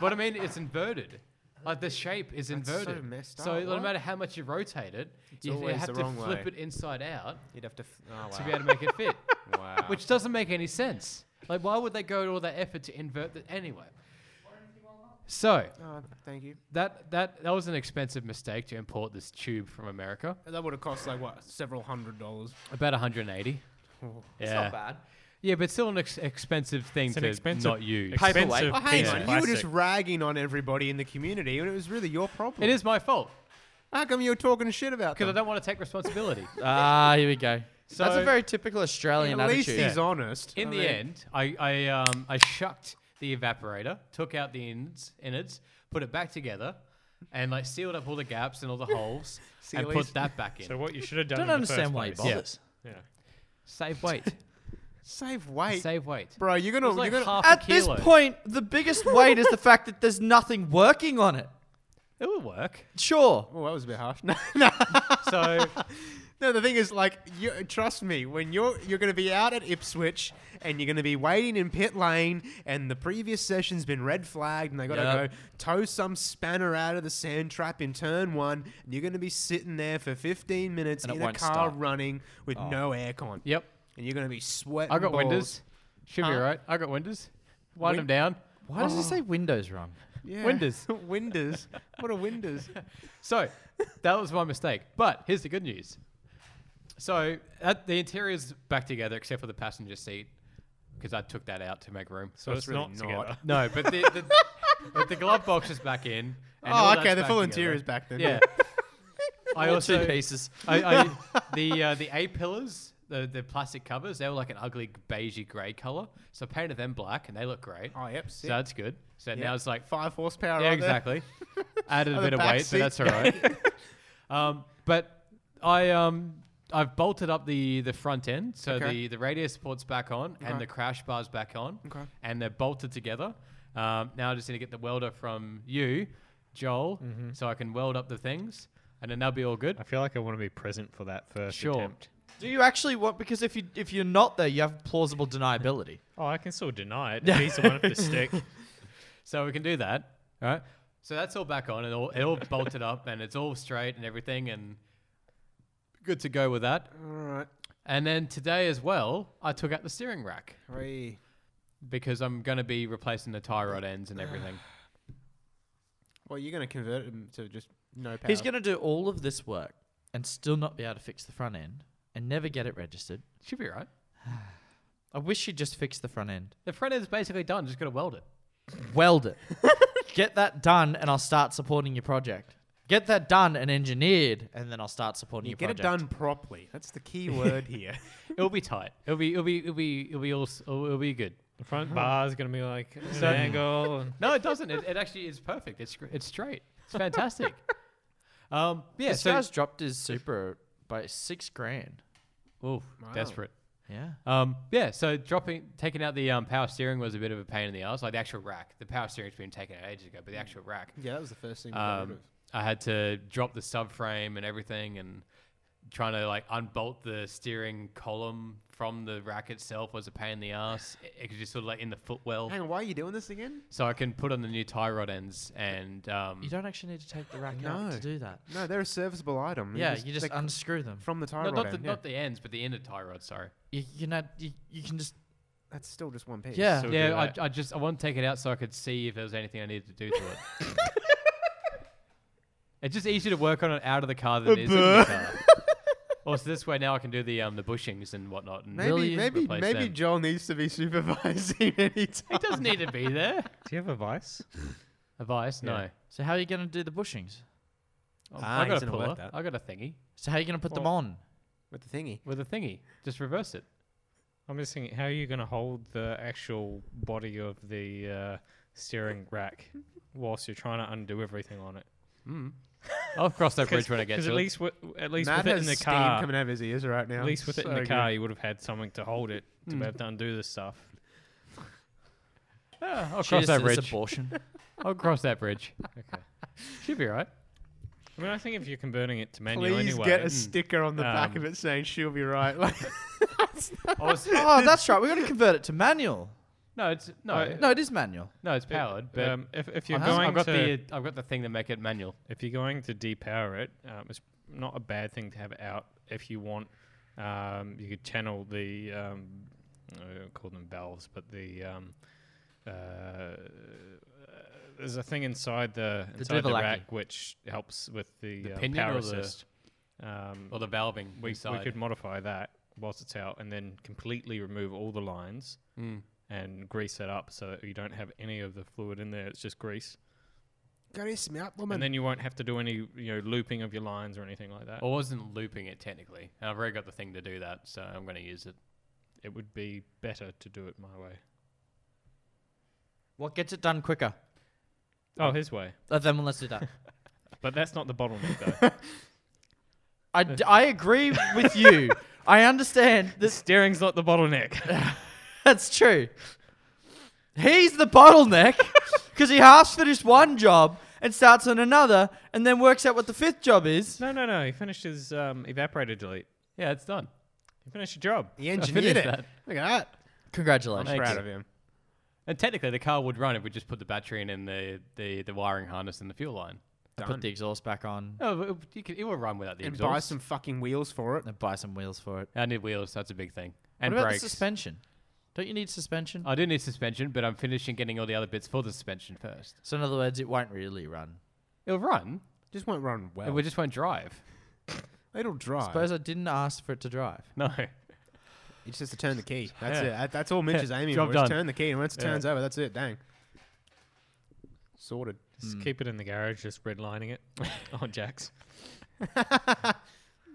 Speaker 4: but I mean it's inverted. Like the shape is inverted.
Speaker 3: so messed
Speaker 4: So
Speaker 3: up.
Speaker 4: no
Speaker 3: What?
Speaker 4: matter how much you rotate it, you
Speaker 3: always
Speaker 4: have
Speaker 3: the
Speaker 4: to
Speaker 3: wrong
Speaker 4: flip
Speaker 3: way.
Speaker 4: it inside out
Speaker 3: You'd have to. F- oh, wow.
Speaker 4: to be able to make it fit,
Speaker 3: wow.
Speaker 4: which doesn't make any sense. Like why would they go to all that effort to invert it anyway? So
Speaker 3: Oh, thank you.
Speaker 4: that that that was an expensive mistake to import this tube from America.
Speaker 3: That would have cost like what several hundred dollars.
Speaker 4: About 180. Yeah.
Speaker 2: It's not bad.
Speaker 4: Yeah, but still an ex- expensive thing
Speaker 5: It's
Speaker 4: to
Speaker 5: an expensive,
Speaker 4: not use.
Speaker 2: Paperweight.
Speaker 5: expensive
Speaker 2: Oh,
Speaker 3: Hang
Speaker 5: piece
Speaker 3: on,
Speaker 5: of
Speaker 3: you were just
Speaker 5: plastic.
Speaker 3: ragging on everybody in the community, and it was really your problem.
Speaker 4: It is my fault
Speaker 3: How come you were talking shit about
Speaker 4: because I
Speaker 3: them?
Speaker 4: don't want to take responsibility.
Speaker 2: Ah, here we go. That's
Speaker 4: So-
Speaker 2: a very typical Australian
Speaker 3: At least
Speaker 2: attitude.
Speaker 3: he's honest.
Speaker 4: In
Speaker 3: I
Speaker 4: the
Speaker 3: mean,
Speaker 4: end, I I um I shucked the evaporator, took out the ins innards, put it back together, and like sealed up all the gaps and all the holes, and
Speaker 3: Sealies.
Speaker 4: put that back in.
Speaker 5: So what you should have done.
Speaker 2: I don't
Speaker 5: in the first
Speaker 2: understand why he
Speaker 5: place.
Speaker 4: Yeah.
Speaker 2: bothers.
Speaker 4: save weight,
Speaker 3: save weight,
Speaker 4: save weight.
Speaker 3: bro. You're gonna,
Speaker 4: It's like
Speaker 3: you're gonna.
Speaker 4: half a
Speaker 2: At this
Speaker 4: kilo.
Speaker 2: point, the biggest weight is the fact that there's nothing working on it.
Speaker 4: it will work.
Speaker 2: Sure.
Speaker 3: Oh, that was a bit harsh. No, no,
Speaker 4: So
Speaker 3: no. The thing is, like, you, trust me, when you're you're gonna be out at Ipswich and you're gonna be waiting in pit lane, and the previous session's been red flagged, and they gotta
Speaker 2: Yep.
Speaker 3: go tow some spanner out of the sand trap in turn one. And you're gonna be sitting there for 15 minutes
Speaker 2: And it
Speaker 3: in a car
Speaker 2: won't start.
Speaker 3: running with no aircon,
Speaker 4: yep,
Speaker 3: and you're gonna be sweating.
Speaker 4: Oh. I got
Speaker 3: balls.
Speaker 4: windows. Should be
Speaker 3: Huh?
Speaker 4: alright. I got windows. Wind
Speaker 3: Win-
Speaker 4: them down.
Speaker 2: Why does he say windows wrong?
Speaker 3: Yeah.
Speaker 4: Windows.
Speaker 3: Windows. What are windows?
Speaker 4: So that was my mistake. But here's the good news. So at, the interior's back together except for the passenger seat because I took that out to make room.
Speaker 5: So it's
Speaker 3: really
Speaker 5: not
Speaker 3: not.
Speaker 5: together.
Speaker 4: No, but the, the, but the glove box is back in. and all
Speaker 3: oh, okay.
Speaker 4: that's
Speaker 3: The
Speaker 4: back
Speaker 3: full
Speaker 4: together.
Speaker 3: interior is back then.
Speaker 4: Yeah. I
Speaker 2: All two
Speaker 4: also
Speaker 2: pieces.
Speaker 4: I, I, the uh, the A pillars, the the plastic covers, they were like an ugly beigey grey color. So I painted them black and they look great.
Speaker 3: Oh, yep.
Speaker 4: so
Speaker 3: Sick.
Speaker 4: that's good. So now
Speaker 3: Yeah.
Speaker 4: it's like
Speaker 3: five horsepower.
Speaker 4: yeah,
Speaker 3: right there.
Speaker 4: exactly. Added a
Speaker 3: On the
Speaker 4: bit of
Speaker 3: back
Speaker 4: weight,
Speaker 3: seat.
Speaker 4: but that's all right. um, but I um, I've bolted up the the front end, so
Speaker 3: Okay.
Speaker 4: the the radio support's back on
Speaker 3: Okay.
Speaker 4: and the crash bar's back on,
Speaker 3: Okay.
Speaker 4: and they're bolted together. Um, now I just need to get the welder from you, Joel,
Speaker 3: Mm-hmm.
Speaker 4: so I can weld up the things, and then that'll be all good.
Speaker 5: I feel like I want to be present for that first
Speaker 4: Sure.
Speaker 5: attempt.
Speaker 2: Do you actually want? Because if you if you're not there, you have plausible deniability.
Speaker 5: Oh, I can still deny it. He's the one with the stick.
Speaker 4: So we can do that. All right. So that's all back on and all, it all bolted up and it's all straight and everything and good to go with that.
Speaker 3: All right.
Speaker 4: And then today as well, I took out the steering rack
Speaker 3: Three.
Speaker 4: because I'm going to be replacing the tie rod ends and everything.
Speaker 3: Well, you're gonna convert him to just no power.
Speaker 2: He's going to do all of this work and still not be able to fix the front end and never get it registered.
Speaker 4: Should be right.
Speaker 2: I wish you'd just fix the front end.
Speaker 4: The front end's basically done. Just got to weld it.
Speaker 2: Weld it. get that done and I'll start supporting your project. Get that done and engineered and then I'll start supporting
Speaker 3: You
Speaker 2: your
Speaker 3: get
Speaker 2: project.
Speaker 3: it done properly. That's the key word here.
Speaker 4: It'll be tight. It'll be it'll be it'll be it'll be all s- it'll, it'll be good.
Speaker 5: The front bar's gonna be like at an angle. And
Speaker 4: No, it doesn't. It, it actually is perfect. It's gr- it's straight. It's fantastic. um, yeah.
Speaker 2: This
Speaker 4: So,
Speaker 2: guy's dropped his Supra by six grand.
Speaker 4: oof,
Speaker 3: Wow.
Speaker 4: desperate.
Speaker 2: Yeah.
Speaker 4: Um, yeah, so dropping, taking out the um, power steering was a bit of a pain in the ass. Like the actual rack, the power steering's been taken out ages ago, but the actual rack,
Speaker 3: Yeah, that was the first thing. we got rid
Speaker 4: um,
Speaker 3: of.
Speaker 4: I had to drop the subframe and everything, and trying to like unbolt the steering column from the rack itself was a pain in the ass. It, it was just sort of like in the footwell,
Speaker 3: Hang on, why are you doing this again?
Speaker 4: so I can put on the new tie rod ends and um,
Speaker 2: You don't actually need to take the rack
Speaker 3: No.
Speaker 2: out to do that.
Speaker 3: No, they're a serviceable item.
Speaker 2: Yeah, you just
Speaker 3: they-
Speaker 2: unscrew them.
Speaker 3: from the tie
Speaker 4: no,
Speaker 3: rod.
Speaker 4: not the
Speaker 3: end, yeah.
Speaker 4: not the ends, but the inner tie rod. Sorry.
Speaker 2: You you know you, you can just
Speaker 3: That's still just one piece.
Speaker 2: yeah.
Speaker 5: So- We'll do
Speaker 4: Yeah,
Speaker 5: that.
Speaker 4: I, I just I want to take it out so I could see if there was anything I needed to do to it. it's just easier to work on it out of the car than it is in the car. Also, this way now I can do the um the bushings and whatnot. And
Speaker 3: Maybe
Speaker 2: Really
Speaker 3: maybe
Speaker 4: replace
Speaker 3: maybe
Speaker 4: them.
Speaker 3: Joel needs to be supervising anytime.
Speaker 4: it doesn't need to be there.
Speaker 5: Do you have a vice?
Speaker 4: A vice? No.
Speaker 2: So how are you gonna do the bushings?
Speaker 4: Um,
Speaker 3: Ah,
Speaker 4: I
Speaker 3: he's
Speaker 4: got a
Speaker 3: gonna work
Speaker 4: puller.
Speaker 3: that.
Speaker 4: I got a thingy
Speaker 2: So how are you gonna put them
Speaker 5: Well-
Speaker 2: on?
Speaker 3: With the thingy.
Speaker 4: with a thingy. Just reverse it.
Speaker 5: I'm just thinking, how are you going to hold the actual body of the uh, steering rack whilst you're trying to undo everything on it?
Speaker 4: Mm. I'll cross that bridge
Speaker 5: Because
Speaker 4: when I get
Speaker 5: at
Speaker 4: to it.
Speaker 5: least wi- at least
Speaker 3: Matt
Speaker 5: with it
Speaker 3: has
Speaker 5: in the
Speaker 3: steam
Speaker 5: car,
Speaker 3: coming out of his ears right now.
Speaker 5: at least with it in
Speaker 3: So
Speaker 5: the
Speaker 3: good. Hmm.
Speaker 5: car, you would have had something to hold it to be able to undo this stuff.
Speaker 4: Yeah, Ah, I'll
Speaker 2: Cheers
Speaker 4: cross
Speaker 2: to
Speaker 4: that
Speaker 2: this
Speaker 4: bridge.
Speaker 2: abortion.
Speaker 4: I'll cross that bridge.
Speaker 5: Okay.
Speaker 4: Should be all right.
Speaker 5: I mean, I think if you're converting it to manual
Speaker 3: Please
Speaker 5: anyway,
Speaker 3: get a
Speaker 5: mm,
Speaker 3: sticker on the back of
Speaker 5: Um,
Speaker 3: it saying she'll be right. Like,
Speaker 4: I was-
Speaker 2: oh, that's right. We got to convert it to manual.
Speaker 4: no, it's no,
Speaker 5: Uh,
Speaker 2: No, it is manual.
Speaker 4: no, it's
Speaker 5: it-
Speaker 4: powered. But
Speaker 5: um, if, if you're
Speaker 4: I've,
Speaker 5: going
Speaker 4: I've got
Speaker 5: to
Speaker 4: the I've got the thing to make it manual.
Speaker 5: if you're going to depower it, um, it's not a bad thing to have it out if you want. Um, you could channel the um, I don't call them valves, but the um, uh, there's a thing inside the
Speaker 2: The
Speaker 5: inside the,
Speaker 2: Drivelaki.
Speaker 5: rack which helps with the,
Speaker 4: The
Speaker 5: uh,
Speaker 4: pinion
Speaker 5: power
Speaker 4: or the-
Speaker 5: assist. Um,
Speaker 4: or the valving
Speaker 5: we, we
Speaker 4: inside.
Speaker 5: could modify that whilst it's out, and then completely remove all the lines
Speaker 4: Mm.
Speaker 5: and grease it up so that you don't have any of the fluid in there. It's just grease,
Speaker 3: go to smart
Speaker 5: and then you won't have to do any you know looping of your lines or anything like that.
Speaker 4: I wasn't looping it technically, and I've already got the thing to do that, so I'm going to use it.
Speaker 5: it would be better to do it my way.
Speaker 2: What gets it done quicker?
Speaker 5: Oh, his way.
Speaker 2: Uh, then let's do that.
Speaker 5: But that's not the bottleneck, though.
Speaker 2: I, d- I agree with you. I understand.
Speaker 5: the
Speaker 2: This,
Speaker 5: steering's not the bottleneck.
Speaker 2: that's true. He's the bottleneck because he half finished one job and starts on another and then works out what the fifth job is.
Speaker 5: no, no, no. He finished his um, evaporator delete.
Speaker 4: Yeah, it's done.
Speaker 5: He finished the job.
Speaker 3: He
Speaker 4: I
Speaker 3: engineered
Speaker 4: finished
Speaker 3: it.
Speaker 4: that.
Speaker 3: Look at that. I'm
Speaker 2: Congratulations.
Speaker 3: proud of him.
Speaker 4: And technically, the car would run if we just put the battery in and the, the, the wiring harness and the fuel line.
Speaker 2: I put the exhaust back on
Speaker 4: Oh, but it, you could, it will run without the
Speaker 3: And buy
Speaker 4: exhaust.
Speaker 3: some fucking wheels for it.
Speaker 2: and buy some wheels for it.
Speaker 4: I need wheels. That's a big thing. And
Speaker 2: what about
Speaker 4: brakes.
Speaker 2: the suspension? Don't you need suspension?
Speaker 4: I do need suspension, but I'm finishing getting all the other bits for the suspension first.
Speaker 2: so in other words, it won't really run.
Speaker 4: It'll run.
Speaker 3: Just won't run well.
Speaker 4: It will- just won't drive.
Speaker 3: It'll drive.
Speaker 2: Suppose I didn't ask for it to drive.
Speaker 4: No.
Speaker 3: It's just to turn the key. That's
Speaker 4: Yeah.
Speaker 3: it. That- That's all Mitch is aiming
Speaker 4: Job
Speaker 3: for. Just
Speaker 4: done.
Speaker 3: turn the key, and once it
Speaker 4: Yeah.
Speaker 3: turns over, that's it. Dang. Sorted.
Speaker 5: Just
Speaker 2: Hmm.
Speaker 5: keep it in the garage, just redlining it Oh, on jacks.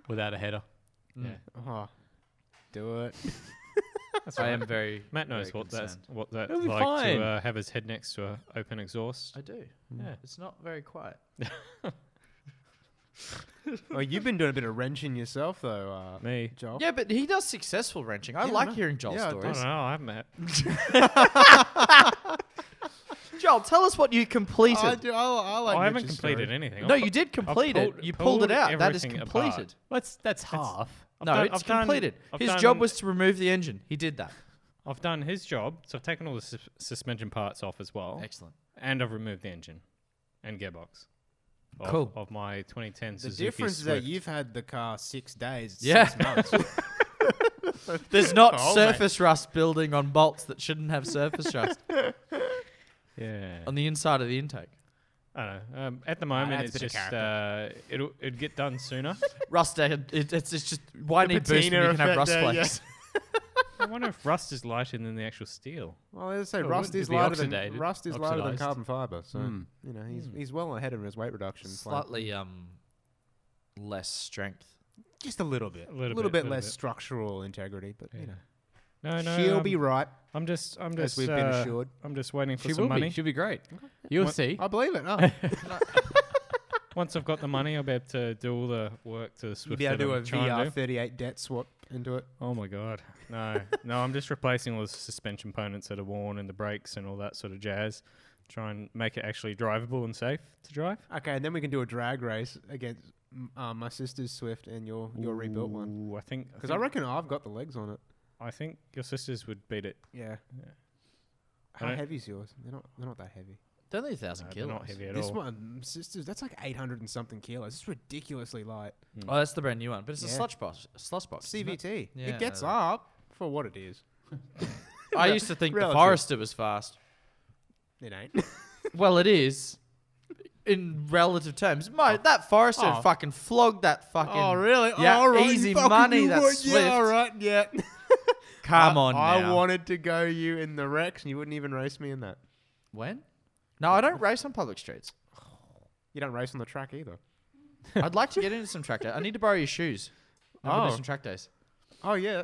Speaker 4: Without a header.
Speaker 3: Oh, do it.
Speaker 5: That's
Speaker 2: I
Speaker 5: right.
Speaker 2: am very.
Speaker 5: Matt knows
Speaker 2: very
Speaker 5: what that's
Speaker 2: concerned.
Speaker 5: what that's
Speaker 4: It'll be
Speaker 5: like
Speaker 4: fine.
Speaker 5: to uh, have his head next to an open exhaust.
Speaker 2: I do.
Speaker 5: Yeah.
Speaker 2: It's not very quiet.
Speaker 3: well, Oh, you've been doing a bit of wrenching yourself, though, uh,
Speaker 5: Me.
Speaker 3: Joel.
Speaker 2: Yeah, but he does successful wrenching. I
Speaker 3: Yeah, I
Speaker 2: like
Speaker 3: know.
Speaker 2: hearing Joel's
Speaker 3: Yeah, I
Speaker 5: I
Speaker 2: stories.
Speaker 5: don't know. I haven't. had-
Speaker 2: Joel, tell us what you completed.
Speaker 3: I, do, I, I
Speaker 4: Oh,
Speaker 3: like
Speaker 5: I haven't
Speaker 3: Mitch's
Speaker 5: completed
Speaker 3: story.
Speaker 5: anything.
Speaker 2: no,
Speaker 5: I've
Speaker 2: you did complete
Speaker 5: pulled-
Speaker 2: it. You pulled,
Speaker 5: pulled
Speaker 2: it out. That is
Speaker 5: everything apart.
Speaker 2: completed.
Speaker 4: That's, that's half.
Speaker 5: I've
Speaker 2: no,
Speaker 5: done-
Speaker 2: it's
Speaker 5: I've done-
Speaker 2: completed.
Speaker 5: I've
Speaker 2: His job
Speaker 5: done-
Speaker 2: was to remove the engine. He did that.
Speaker 5: I've done his job, so I've taken all the sus- suspension parts off as well,
Speaker 2: Excellent.
Speaker 5: and I've removed the engine and gearbox. Of,
Speaker 2: Cool.
Speaker 5: Of my 2010
Speaker 3: The
Speaker 5: Suzuki
Speaker 3: difference is that
Speaker 5: Swift.
Speaker 3: you've had the car six days,
Speaker 2: Yeah.
Speaker 3: six months.
Speaker 2: There's not
Speaker 3: Oh, mate.
Speaker 2: surface rust building on bolts that shouldn't have surface rust
Speaker 5: Yeah.
Speaker 2: on the inside of the intake.
Speaker 5: I don't know. Um, at the moment,
Speaker 3: adds
Speaker 5: it's
Speaker 3: a bit of
Speaker 5: just uh, it'll it'd get done sooner.
Speaker 2: Rust, uh, it, it's, it's just why
Speaker 3: The
Speaker 2: need boost when
Speaker 3: patina
Speaker 2: you can have
Speaker 3: effect
Speaker 2: rust
Speaker 3: there, yeah.
Speaker 2: flakes?
Speaker 5: I wonder if rust is lighter than the actual steel.
Speaker 3: Well, as I say,
Speaker 4: Oh, it
Speaker 3: rust
Speaker 4: wouldn't
Speaker 3: is
Speaker 4: be
Speaker 3: lighter than
Speaker 4: oxidated,
Speaker 3: rust is lighter than
Speaker 4: oxidized.
Speaker 3: carbon fiber, so
Speaker 4: Mm.
Speaker 3: you know he's he's well ahead in his weight reduction. plan.
Speaker 2: Slightly um, less strength.
Speaker 3: just a little bit, a
Speaker 5: little
Speaker 3: little, bit,
Speaker 5: bit, little
Speaker 3: less
Speaker 5: bit.
Speaker 3: structural integrity, but you know
Speaker 5: No, no.
Speaker 3: she'll
Speaker 5: um,
Speaker 3: be right,
Speaker 5: I'm just. I'm
Speaker 3: as
Speaker 5: just.
Speaker 3: we've been
Speaker 5: uh,
Speaker 3: assured.
Speaker 5: I'm just waiting for
Speaker 4: She
Speaker 5: some
Speaker 4: will
Speaker 5: money.
Speaker 4: be. She'll be great. You'll see.
Speaker 3: I believe it. Oh.
Speaker 5: Once I've got the money, I'll be able to do all the work to the Swift.
Speaker 3: You'll be able to
Speaker 5: that
Speaker 3: do a
Speaker 5: I'm trying to
Speaker 3: VR 38 debt swap into it.
Speaker 5: Oh my god, no, no! I'm just replacing all the suspension components that are worn and the brakes and all that sort of jazz. Try and make it actually drivable and safe to drive.
Speaker 3: Okay, and then we can do a drag race against mm, uh, my sister's Swift and your your rebuilt one.
Speaker 5: Ooh, I think
Speaker 3: Because I
Speaker 5: think-
Speaker 3: reckon I've got the legs on it.
Speaker 5: I think your sisters would beat it.
Speaker 3: Yeah.
Speaker 5: Yeah.
Speaker 3: How
Speaker 5: I don't-
Speaker 3: heavy's yours? They're not. They're not that heavy.
Speaker 2: Don't they a thousand
Speaker 5: No, they're
Speaker 2: kilos?
Speaker 5: not heavy at
Speaker 3: This
Speaker 5: all.
Speaker 3: one, mm, sisters, that's like eight hundred and something kilos. It's ridiculously light.
Speaker 2: Oh, that's the brand new one, but it's a
Speaker 3: Hmm. Yeah.
Speaker 2: slush box. Slush box. isn't it?
Speaker 3: CVT.
Speaker 2: Yeah,
Speaker 3: it gets
Speaker 2: no, no.
Speaker 3: up for what it is.
Speaker 2: I used to think the
Speaker 3: Relative.
Speaker 2: Forester was fast.
Speaker 3: It ain't.
Speaker 2: Well, it is. In relative terms, mate, that Forester
Speaker 3: Oh.
Speaker 2: fucking flogged that fucking.
Speaker 3: really?
Speaker 2: Yeah, easy money,
Speaker 3: you
Speaker 2: that
Speaker 3: would.
Speaker 2: Swift.
Speaker 3: Yeah, all right, yeah.
Speaker 2: Come
Speaker 3: I-
Speaker 2: on
Speaker 3: I
Speaker 2: now.
Speaker 3: wanted to go you in the Rex, and you wouldn't even race me in that.
Speaker 2: When? No, I don't race on public streets.
Speaker 3: You don't race on the track either.
Speaker 2: I'd like to get into some track day. I need to borrow your shoes. And we'll do
Speaker 3: Oh.
Speaker 2: some track days.
Speaker 3: Oh yeah,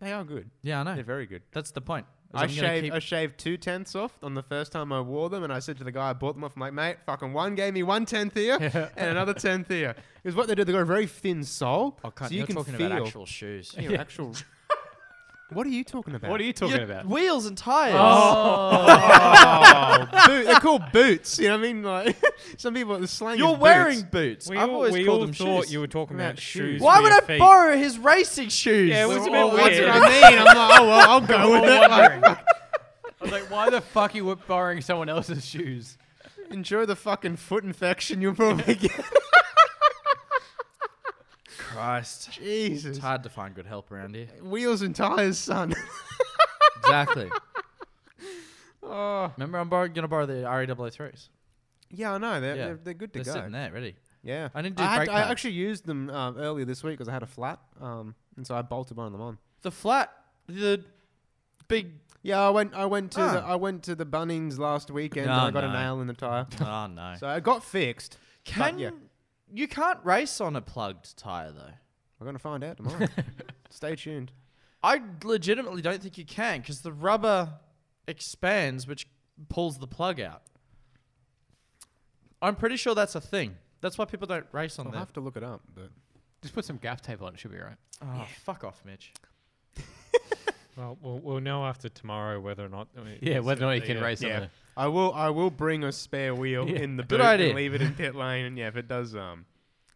Speaker 3: they are good.
Speaker 2: Yeah, I know.
Speaker 3: They're very good.
Speaker 2: That's the point. is
Speaker 3: I
Speaker 2: I'm gonna
Speaker 3: shaved,
Speaker 2: keep-
Speaker 3: I shaved two tenths off on the first time I wore them, and I said to the guy I bought them off, I'm like, mate, fucking one gave me one tenth here and another tenth here. Because what they do, they got a very thin sole.
Speaker 2: Oh, cunt,
Speaker 3: so you
Speaker 2: you're
Speaker 3: can
Speaker 2: talking
Speaker 3: feel
Speaker 2: about actual shoes.
Speaker 3: Yeah, actual. what are you talking about?
Speaker 4: What are you talking
Speaker 2: Your
Speaker 4: about?
Speaker 2: Wheels and tires.
Speaker 3: Boot, they're called boots. You know what I mean? Like some people, the slang.
Speaker 2: You're
Speaker 3: is
Speaker 2: wearing
Speaker 3: Boots.
Speaker 2: boots.
Speaker 5: We
Speaker 2: I've
Speaker 5: all,
Speaker 2: always
Speaker 5: we
Speaker 2: called
Speaker 5: all
Speaker 2: them
Speaker 5: thought
Speaker 2: shoes.
Speaker 5: you were talking
Speaker 3: About
Speaker 5: about, shoes.
Speaker 3: shoes.
Speaker 2: Why
Speaker 5: for
Speaker 2: would
Speaker 5: your
Speaker 2: I
Speaker 5: feet.
Speaker 2: borrow his racing shoes?
Speaker 5: Yeah, it was a bit
Speaker 3: Oh, that's
Speaker 5: weird.
Speaker 3: what I mean. I'm like, oh well, I'll go with it. Like,
Speaker 4: I was like, why the fuck you were borrowing someone else's shoes?
Speaker 3: enjoy the fucking foot infection you'll probably get.
Speaker 2: Christ.
Speaker 3: Jesus.
Speaker 2: It's hard to find good help around here.
Speaker 3: Wheels and tires, son.
Speaker 2: Exactly.
Speaker 3: oh.
Speaker 2: Remember, I'm borrow- going to borrow the RE003s.
Speaker 3: Yeah, I know. They're,
Speaker 2: Yeah.
Speaker 3: they're, they're good to
Speaker 2: They're
Speaker 3: go.
Speaker 2: sitting there, ready.
Speaker 3: Yeah.
Speaker 2: I didn't do
Speaker 3: I, had-
Speaker 2: brake
Speaker 3: I
Speaker 2: pads.
Speaker 3: actually used them um, earlier this week because I had a flat, um, and so I bolted one of them on.
Speaker 2: The flat, the big.
Speaker 3: Yeah, I went. I went to. The,
Speaker 2: Ah.
Speaker 3: I went to the Bunnings last weekend.
Speaker 2: No,
Speaker 3: and I got
Speaker 2: no.
Speaker 3: a nail in the tire,
Speaker 2: Oh, no.
Speaker 3: so I got fixed. but
Speaker 2: Can
Speaker 3: yeah,
Speaker 2: you can't race on a plugged tire though?
Speaker 3: we're gonna find out tomorrow. Stay tuned.
Speaker 2: I legitimately don't think you can because the rubber expands, which pulls the plug out. I'm pretty sure that's a thing. That's why people don't race on
Speaker 3: I'll
Speaker 2: that.
Speaker 3: have to look it up, but
Speaker 4: Just put some gaff tape on it, should be right.
Speaker 2: Oh, fuck off, Mitch.
Speaker 5: Well, we'll, we'll know after tomorrow whether or not. I mean,
Speaker 4: Yeah,
Speaker 5: it's
Speaker 4: whether or not
Speaker 5: gonna
Speaker 4: you can
Speaker 5: be a-
Speaker 4: race
Speaker 5: yeah.
Speaker 4: on it.
Speaker 3: I will. I will bring a spare wheel
Speaker 4: Yeah.
Speaker 3: in the boot
Speaker 2: Good idea.
Speaker 3: and leave it in pit lane. And yeah, if it does, um,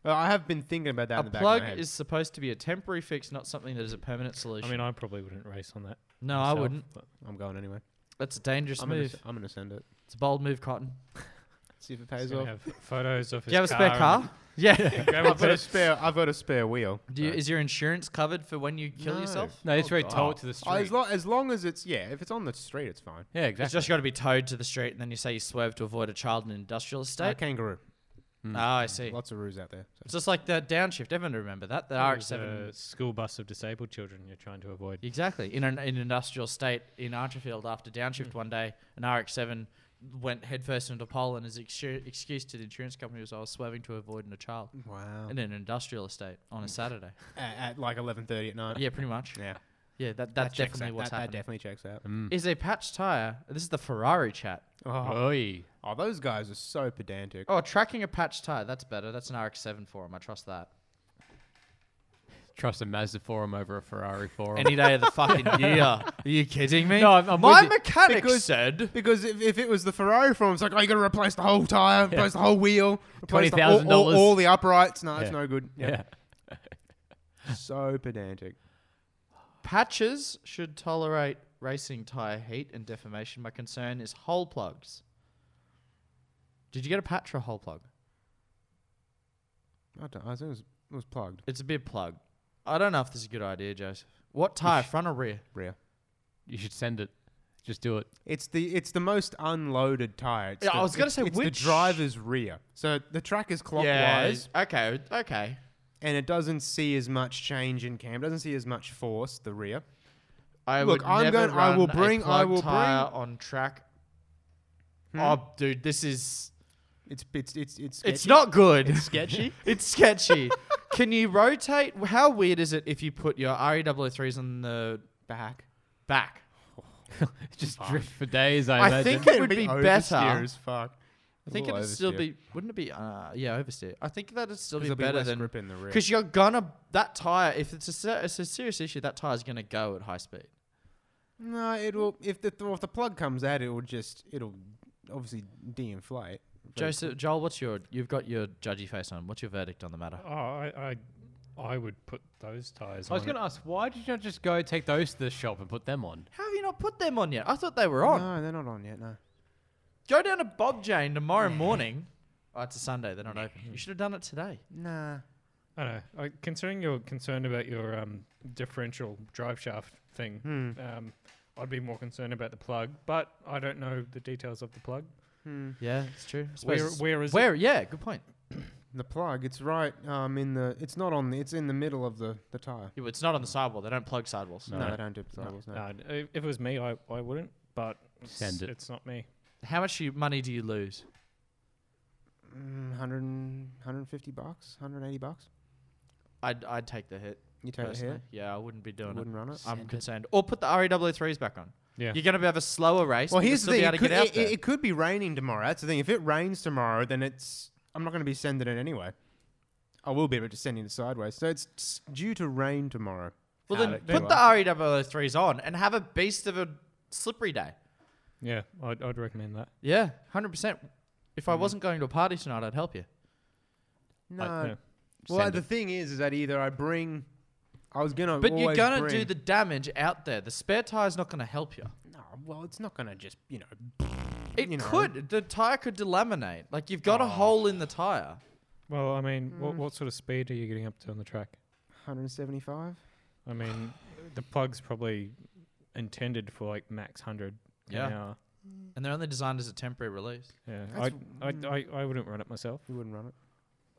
Speaker 3: well, I have been thinking about that.
Speaker 2: A
Speaker 3: in the back of
Speaker 2: plug
Speaker 3: my head.
Speaker 2: is supposed to be a temporary fix, not something that is a permanent solution.
Speaker 5: I mean, I probably wouldn't race on that.
Speaker 2: no, I
Speaker 5: myself,
Speaker 2: wouldn't.
Speaker 5: but-
Speaker 3: I'm going anyway.
Speaker 2: That's a dangerous
Speaker 3: I'm gonna,
Speaker 2: move.
Speaker 3: s- I'm gonna send it.
Speaker 2: it's a bold move, Cotton.
Speaker 3: See if it
Speaker 5: He's
Speaker 3: pays
Speaker 5: gonna
Speaker 3: off.
Speaker 5: have photos of his
Speaker 2: Do you have a spare
Speaker 5: car
Speaker 2: car? Yeah.
Speaker 5: and- Grab a
Speaker 3: I've got a
Speaker 5: photo-
Speaker 3: spare. I've got a spare wheel.
Speaker 2: Do you,
Speaker 3: so-
Speaker 2: is your insurance covered for when you kill
Speaker 3: No.
Speaker 2: yourself?
Speaker 4: No, it's very
Speaker 2: God.
Speaker 4: told to the street.
Speaker 3: Oh, as, lo- as long as it's yeah, if it's on the street, it's fine.
Speaker 4: yeah,
Speaker 2: It's
Speaker 4: exactly.
Speaker 2: just got to be towed to the street, and then you say you swerved to avoid a child in an industrial
Speaker 3: Uh,
Speaker 2: estate.
Speaker 3: kangaroo.
Speaker 2: Oh, I see.
Speaker 3: Lots of roos out there. so-
Speaker 2: It's just like the downshift. Everyone remember that the
Speaker 5: There's
Speaker 2: RX-7.
Speaker 5: a school bus of disabled children you're trying to avoid.
Speaker 2: Exactly. In an, in an industrial state in Archerfield, after downshift
Speaker 3: Hmm.
Speaker 2: one day, an RX-7 went headfirst into a pole, and his exu- excuse to the insurance company was, "I was swerving to avoid a child."
Speaker 3: Wow.
Speaker 2: In an industrial estate on a Saturday.
Speaker 3: at, at like eleven thirty at night.
Speaker 2: Yeah, pretty much.
Speaker 3: Yeah.
Speaker 2: Yeah, that,
Speaker 3: That
Speaker 2: that's
Speaker 3: checks
Speaker 2: definitely
Speaker 3: out.
Speaker 2: what's
Speaker 3: that, that
Speaker 2: happening. Mm.
Speaker 3: definitely checks out.
Speaker 2: is a patch tire. This is the Ferrari chat.
Speaker 3: Oh.
Speaker 4: Oi.
Speaker 3: Oh, those guys are so pedantic.
Speaker 2: Oh, tracking a patch tire. That's better. That's an RX-7 forum. I trust that.
Speaker 4: Trust a Mazda forum over a Ferrari forum.
Speaker 2: Any day of the fucking year. Are you kidding me?
Speaker 4: No, I'm- I'm
Speaker 2: My
Speaker 4: with you.
Speaker 2: mechanic
Speaker 3: Because-
Speaker 2: said.
Speaker 3: Because if, if it was the Ferrari form, it's like, oh, you got to replace the whole tire, replace the whole wheel, replace the- all- all,
Speaker 4: $20,000.
Speaker 3: all the uprights. No, it's
Speaker 4: Yeah.
Speaker 3: no good.
Speaker 4: yeah.
Speaker 3: So pedantic.
Speaker 2: Patches should tolerate racing tire heat and deformation. My concern is hole plugs. Did you get a patch or a hole plug?
Speaker 3: I, don't, I think it was, it was plugged.
Speaker 2: It's a bit plug. I don't know if this is a good idea, Joseph. What tire, front or rear?
Speaker 3: Rear.
Speaker 4: You should send it. Just do it.
Speaker 3: It's the it's the most unloaded tire. It's
Speaker 2: Yeah, I
Speaker 3: the,
Speaker 2: was gonna
Speaker 3: it's-
Speaker 2: say,
Speaker 3: it's
Speaker 2: which-
Speaker 3: the driver's rear. So the track is clockwise,
Speaker 2: Okay. Okay.
Speaker 3: and it doesn't see as much change in cam. Doesn't see as much force. The rear.
Speaker 2: I
Speaker 3: Look,
Speaker 2: would
Speaker 3: I'm
Speaker 2: never
Speaker 3: going- I
Speaker 2: run
Speaker 3: will
Speaker 2: a
Speaker 3: bring- Hmm? I
Speaker 2: plug
Speaker 3: will
Speaker 2: tire on track. Oh, dude, this is.
Speaker 3: It's it's it's it's.
Speaker 2: It's
Speaker 3: sketchy.
Speaker 2: not good.
Speaker 3: It's sketchy.
Speaker 2: It's sketchy. Can you rotate? How weird is it if you put your RE003s on the
Speaker 3: Back.
Speaker 2: back?
Speaker 4: Just drift for days, I,
Speaker 2: I
Speaker 4: imagine.
Speaker 2: think it would be
Speaker 3: Oversteer
Speaker 2: better
Speaker 3: as fuck.
Speaker 2: I think
Speaker 3: little
Speaker 2: it'd still
Speaker 3: oversteer.
Speaker 2: be, wouldn't it be? Uh, yeah, oversteer. I think that'd still be
Speaker 3: there'll be
Speaker 2: better
Speaker 3: less
Speaker 2: than
Speaker 3: grip in the rear.
Speaker 2: because you're gonna that tire. If it's a, ser- it's a serious issue, that tire's gonna go at high speed.
Speaker 3: No, it will. If the if the plug comes out, it will just it'll obviously de-inflate. very
Speaker 2: Joseph, Joel, what's your? You've got your judgy face on. What's your verdict on the matter?
Speaker 5: Oh, I, I, I would put those tires.
Speaker 4: I was
Speaker 5: on
Speaker 4: going to ask, why did you not just go take those to the shop and put them on?
Speaker 2: How have you not put them on yet? I thought they were on.
Speaker 3: No, they're not on yet. No.
Speaker 2: Go down to Bob Jane tomorrow morning. Oh, it's a Sunday. They're not open. You should have done it today.
Speaker 3: Nah.
Speaker 5: It. I know. I, considering you're concerned about your um, differential drive shaft thing, um, I'd be more concerned about the plug. But I don't know the details of the plug.
Speaker 3: Hmm.
Speaker 2: Yeah, it's true. I suppose
Speaker 5: Where,
Speaker 2: it's-
Speaker 5: where is
Speaker 2: where? Yeah, good point.
Speaker 3: The plug. It's right. Um, in the. It's not on. The, it's in the middle of the the tire.
Speaker 2: Yeah, but it's not on the sidewall. They don't plug sidewalls.
Speaker 3: No, they don't do sidewalls.
Speaker 5: it?
Speaker 3: No.
Speaker 5: No, if if it was me, I, I wouldn't. But it's,
Speaker 4: Send it.
Speaker 5: it's not me.
Speaker 2: How much you- money do you lose?
Speaker 3: Mm, 100, 150 bucks, 180 bucks.
Speaker 2: I'd, I'd take the hit.
Speaker 3: You take it
Speaker 2: personally.
Speaker 3: here.
Speaker 2: Yeah, I wouldn't be doing
Speaker 3: Wouldn't
Speaker 2: it.
Speaker 3: run it.
Speaker 2: I'm
Speaker 4: Send it.
Speaker 2: concerned. Or put the REW3s back on.
Speaker 5: Yeah.
Speaker 2: You're going to have a slower race.
Speaker 3: Well,
Speaker 2: but you'll
Speaker 3: here's the
Speaker 2: still Be
Speaker 3: thing. It
Speaker 2: able to
Speaker 3: could,
Speaker 2: get out
Speaker 3: it,
Speaker 2: there.
Speaker 3: it, it could be raining tomorrow. That's the thing. If it rains tomorrow, then it's. I'm not going to be sending it anyway. I will be, but just sending it sideways. So it's s- due to rain tomorrow.
Speaker 2: well, then
Speaker 3: Ah, that-
Speaker 2: put the REW3s on and have a beast of a slippery day.
Speaker 5: Yeah, I'd, I'd recommend that.
Speaker 2: Yeah, 100%. If I wasn't going to a party tonight, I'd help you.
Speaker 3: No.
Speaker 5: yeah.
Speaker 3: Well,
Speaker 4: Send
Speaker 3: the thing is, is that either I bring. I was gonna.
Speaker 2: But you're
Speaker 3: always
Speaker 2: going to
Speaker 3: bring-
Speaker 2: do the damage out there. The spare tire's not going to help you.
Speaker 3: No, well, it's not gonna just you know.
Speaker 2: It
Speaker 3: you know. Oh.
Speaker 2: could. The tire could delaminate. Like, you've got a hole in the tire.
Speaker 5: Well, I mean, what, what sort of speed are you getting up to on the track?
Speaker 3: 175.
Speaker 5: I mean, the plug's probably intended for like max 100
Speaker 2: Yeah.
Speaker 5: an hour.
Speaker 2: And they're only designed as a temporary release.
Speaker 5: Yeah, I,
Speaker 3: That's-
Speaker 5: I, I, I wouldn't run it myself.
Speaker 3: You wouldn't run it.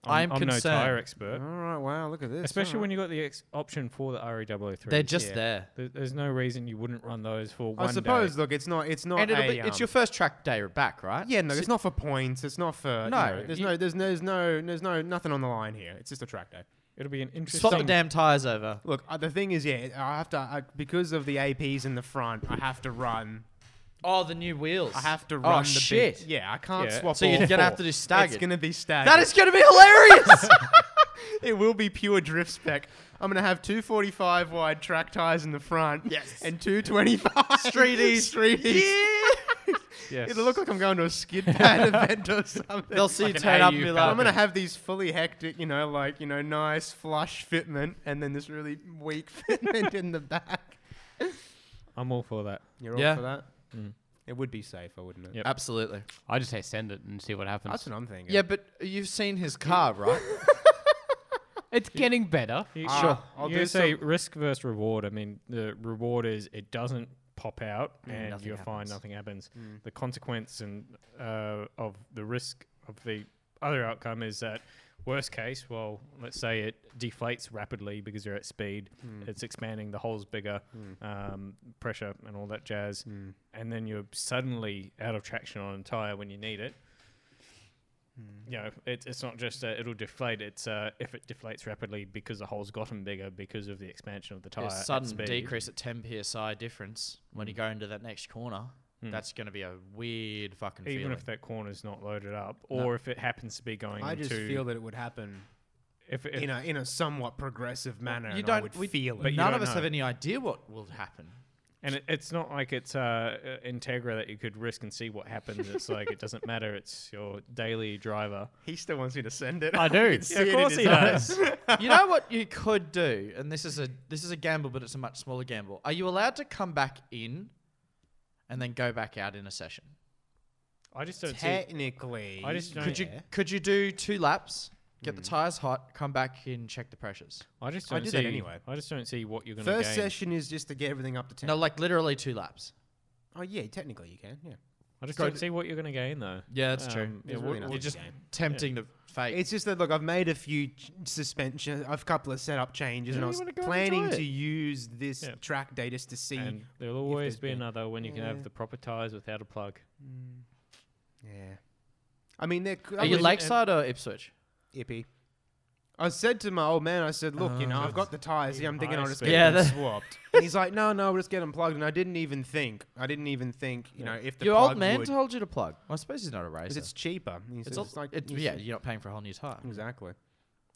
Speaker 2: I'm
Speaker 5: no tire
Speaker 2: concerned.
Speaker 5: expert,
Speaker 3: All right. Wow. Look at this.
Speaker 5: especially when you got the ex- option for the E RE003.
Speaker 2: They're just
Speaker 3: yeah.
Speaker 2: there.
Speaker 5: There- There's no reason you wouldn't run those for
Speaker 3: I
Speaker 5: one
Speaker 3: suppose.
Speaker 5: day.
Speaker 3: Look, it's not. It's not.
Speaker 2: And it'll
Speaker 3: a,
Speaker 2: be, it's
Speaker 3: um,
Speaker 2: your first track day back, right?
Speaker 3: Yeah, no, it's not for points. It's not for no.
Speaker 2: No,
Speaker 3: there's
Speaker 2: you-
Speaker 3: no, there's no, there's no, there's no, nothing on the line here. It's just a track day.
Speaker 5: It'll be an
Speaker 2: Swap the
Speaker 5: interesting.
Speaker 2: damn tires over.
Speaker 3: Look, uh, the thing is, yeah, I have to I, because of the APs in the front. I have to run.
Speaker 2: Oh, the new wheels.
Speaker 3: I have to
Speaker 2: oh,
Speaker 3: run. the big-
Speaker 2: shit.
Speaker 3: yeah, I can't
Speaker 5: Yeah.
Speaker 3: swap.
Speaker 2: So you're
Speaker 3: all
Speaker 2: gonna have
Speaker 3: four.
Speaker 2: to do staggered.
Speaker 3: It's gonna be staggered.
Speaker 2: That is going to be hilarious.
Speaker 3: It will be pure drift spec. I'm gonna have two 45 wide track tires in the front.
Speaker 2: Yes.
Speaker 3: And two 25
Speaker 2: Streeties.
Speaker 3: Streeties.
Speaker 5: Yes.
Speaker 3: It'll look like I'm going to a skid pad event or something.
Speaker 2: They'll see you
Speaker 4: Fucking
Speaker 2: turn up
Speaker 4: AU
Speaker 2: and be
Speaker 3: I'm
Speaker 2: like,
Speaker 3: gonna have these fully hectic, you know, like you know, nice flush fitment, and then this really weak fitment in the back.
Speaker 5: I'm all for that.
Speaker 3: You're
Speaker 2: Yeah.
Speaker 3: all for that. It would be safer, wouldn't it?
Speaker 5: Yep.
Speaker 2: absolutely.
Speaker 4: I just say send it and see what happens.
Speaker 3: That's what I'm thinking.
Speaker 2: Yeah, but you've seen his car, right?
Speaker 4: It's getting better.
Speaker 3: Ah,
Speaker 2: sure.
Speaker 3: I'll
Speaker 5: you
Speaker 3: do
Speaker 5: say
Speaker 3: some-
Speaker 5: risk versus reward. I mean, the reward is it doesn't pop out and
Speaker 2: Mm, nothing
Speaker 5: you're fine,
Speaker 2: happens. Mm.
Speaker 5: nothing happens. The consequence and uh, of the risk of the other outcome is that worst case, well, let's say it deflates rapidly because you're at speed,
Speaker 3: Hmm.
Speaker 5: it's expanding, the hole's bigger, um, pressure and all that jazz,
Speaker 3: Hmm.
Speaker 5: and then you're suddenly out of traction on a tire when you need it.
Speaker 3: Hmm.
Speaker 5: You know, it, it's not just uh, it'll deflate. It's uh, if it deflates rapidly because the hole's gotten bigger because of the expansion of the tire.
Speaker 2: A
Speaker 5: at
Speaker 2: sudden
Speaker 5: speed.
Speaker 2: decrease at 10 psi difference when
Speaker 3: Mm.
Speaker 2: you go into that next corner. That's going to be a weird fucking
Speaker 5: even
Speaker 2: feeling.
Speaker 5: if that corner's not loaded up, or if it happens to be going.
Speaker 3: I just
Speaker 5: to,
Speaker 3: feel that it would happen
Speaker 5: if, if
Speaker 3: in a in a somewhat progressive manner.
Speaker 2: you
Speaker 3: and I
Speaker 2: don't
Speaker 3: would
Speaker 2: we,
Speaker 3: feel
Speaker 5: But
Speaker 3: it.
Speaker 5: you
Speaker 2: none
Speaker 5: don't
Speaker 2: of us
Speaker 5: know.
Speaker 2: have any idea what will happen.
Speaker 5: and it, it's not like it's uh, uh, Integra that you could risk and see what happens. It's like it doesn't matter. It's your daily driver.
Speaker 3: He still wants me to send it.
Speaker 4: I do.
Speaker 3: can see it in his eyes.
Speaker 2: you know what you could do, and this is a this is a gamble, but it's a much smaller gamble. Are you allowed to come back in, and then go back out in a session?
Speaker 5: I just don't see.
Speaker 3: Technically,
Speaker 5: I just don't.
Speaker 2: Could you could you do two laps, get the
Speaker 3: Hmm.
Speaker 2: tires hot, come back in, check the pressures?
Speaker 5: I just
Speaker 3: I
Speaker 5: don't
Speaker 3: do
Speaker 5: see.
Speaker 3: that anyway.
Speaker 5: I just don't see what you're going to gain.
Speaker 3: First session is just to get everything up to ten.
Speaker 2: No, like literally two laps.
Speaker 3: Oh yeah, technically you can. Yeah.
Speaker 5: I just
Speaker 2: Go
Speaker 5: don't
Speaker 2: to-
Speaker 5: see what you're going to gain though.
Speaker 2: Yeah, that's true.
Speaker 5: Um,
Speaker 3: There's really
Speaker 5: yeah, what-
Speaker 3: nothing
Speaker 2: You're
Speaker 3: to
Speaker 2: just
Speaker 3: gain.
Speaker 2: tempting the fate.
Speaker 3: It's just that look, I've made a few ch- suspension, a couple of setup changes, and I
Speaker 2: you
Speaker 3: was
Speaker 2: wanna go and
Speaker 3: planning
Speaker 2: enjoy
Speaker 3: to
Speaker 2: it.
Speaker 3: use this
Speaker 5: Yeah.
Speaker 3: track data just to see.
Speaker 5: And there'll
Speaker 3: if
Speaker 5: always
Speaker 3: there's
Speaker 5: be
Speaker 3: been-
Speaker 5: another when you can
Speaker 3: Yeah.
Speaker 5: have the proper tires without a plug.
Speaker 3: yeah, I mean, they're c- I
Speaker 2: Are you
Speaker 3: was-
Speaker 2: lakeside or Ipswich?
Speaker 3: Ippy. I I said to my old man, I said, look, you know, I've got the tires here. I'm thinking I'll just get
Speaker 2: Uh, Yeah,
Speaker 3: them
Speaker 2: that-
Speaker 3: swapped. and he's like, no, no, we'll just get them plugged. And I didn't even think. I didn't even think, you know, if the
Speaker 2: Your
Speaker 3: plug
Speaker 2: old man
Speaker 3: would,
Speaker 2: told you to plug. Well, I suppose he's not a racer.
Speaker 3: 'cause it's cheaper. He says
Speaker 2: it's, al-
Speaker 3: it's like, Mm.
Speaker 2: it's-
Speaker 3: he
Speaker 2: yeah,
Speaker 3: said-
Speaker 2: you're not paying for a whole new tire.
Speaker 3: exactly.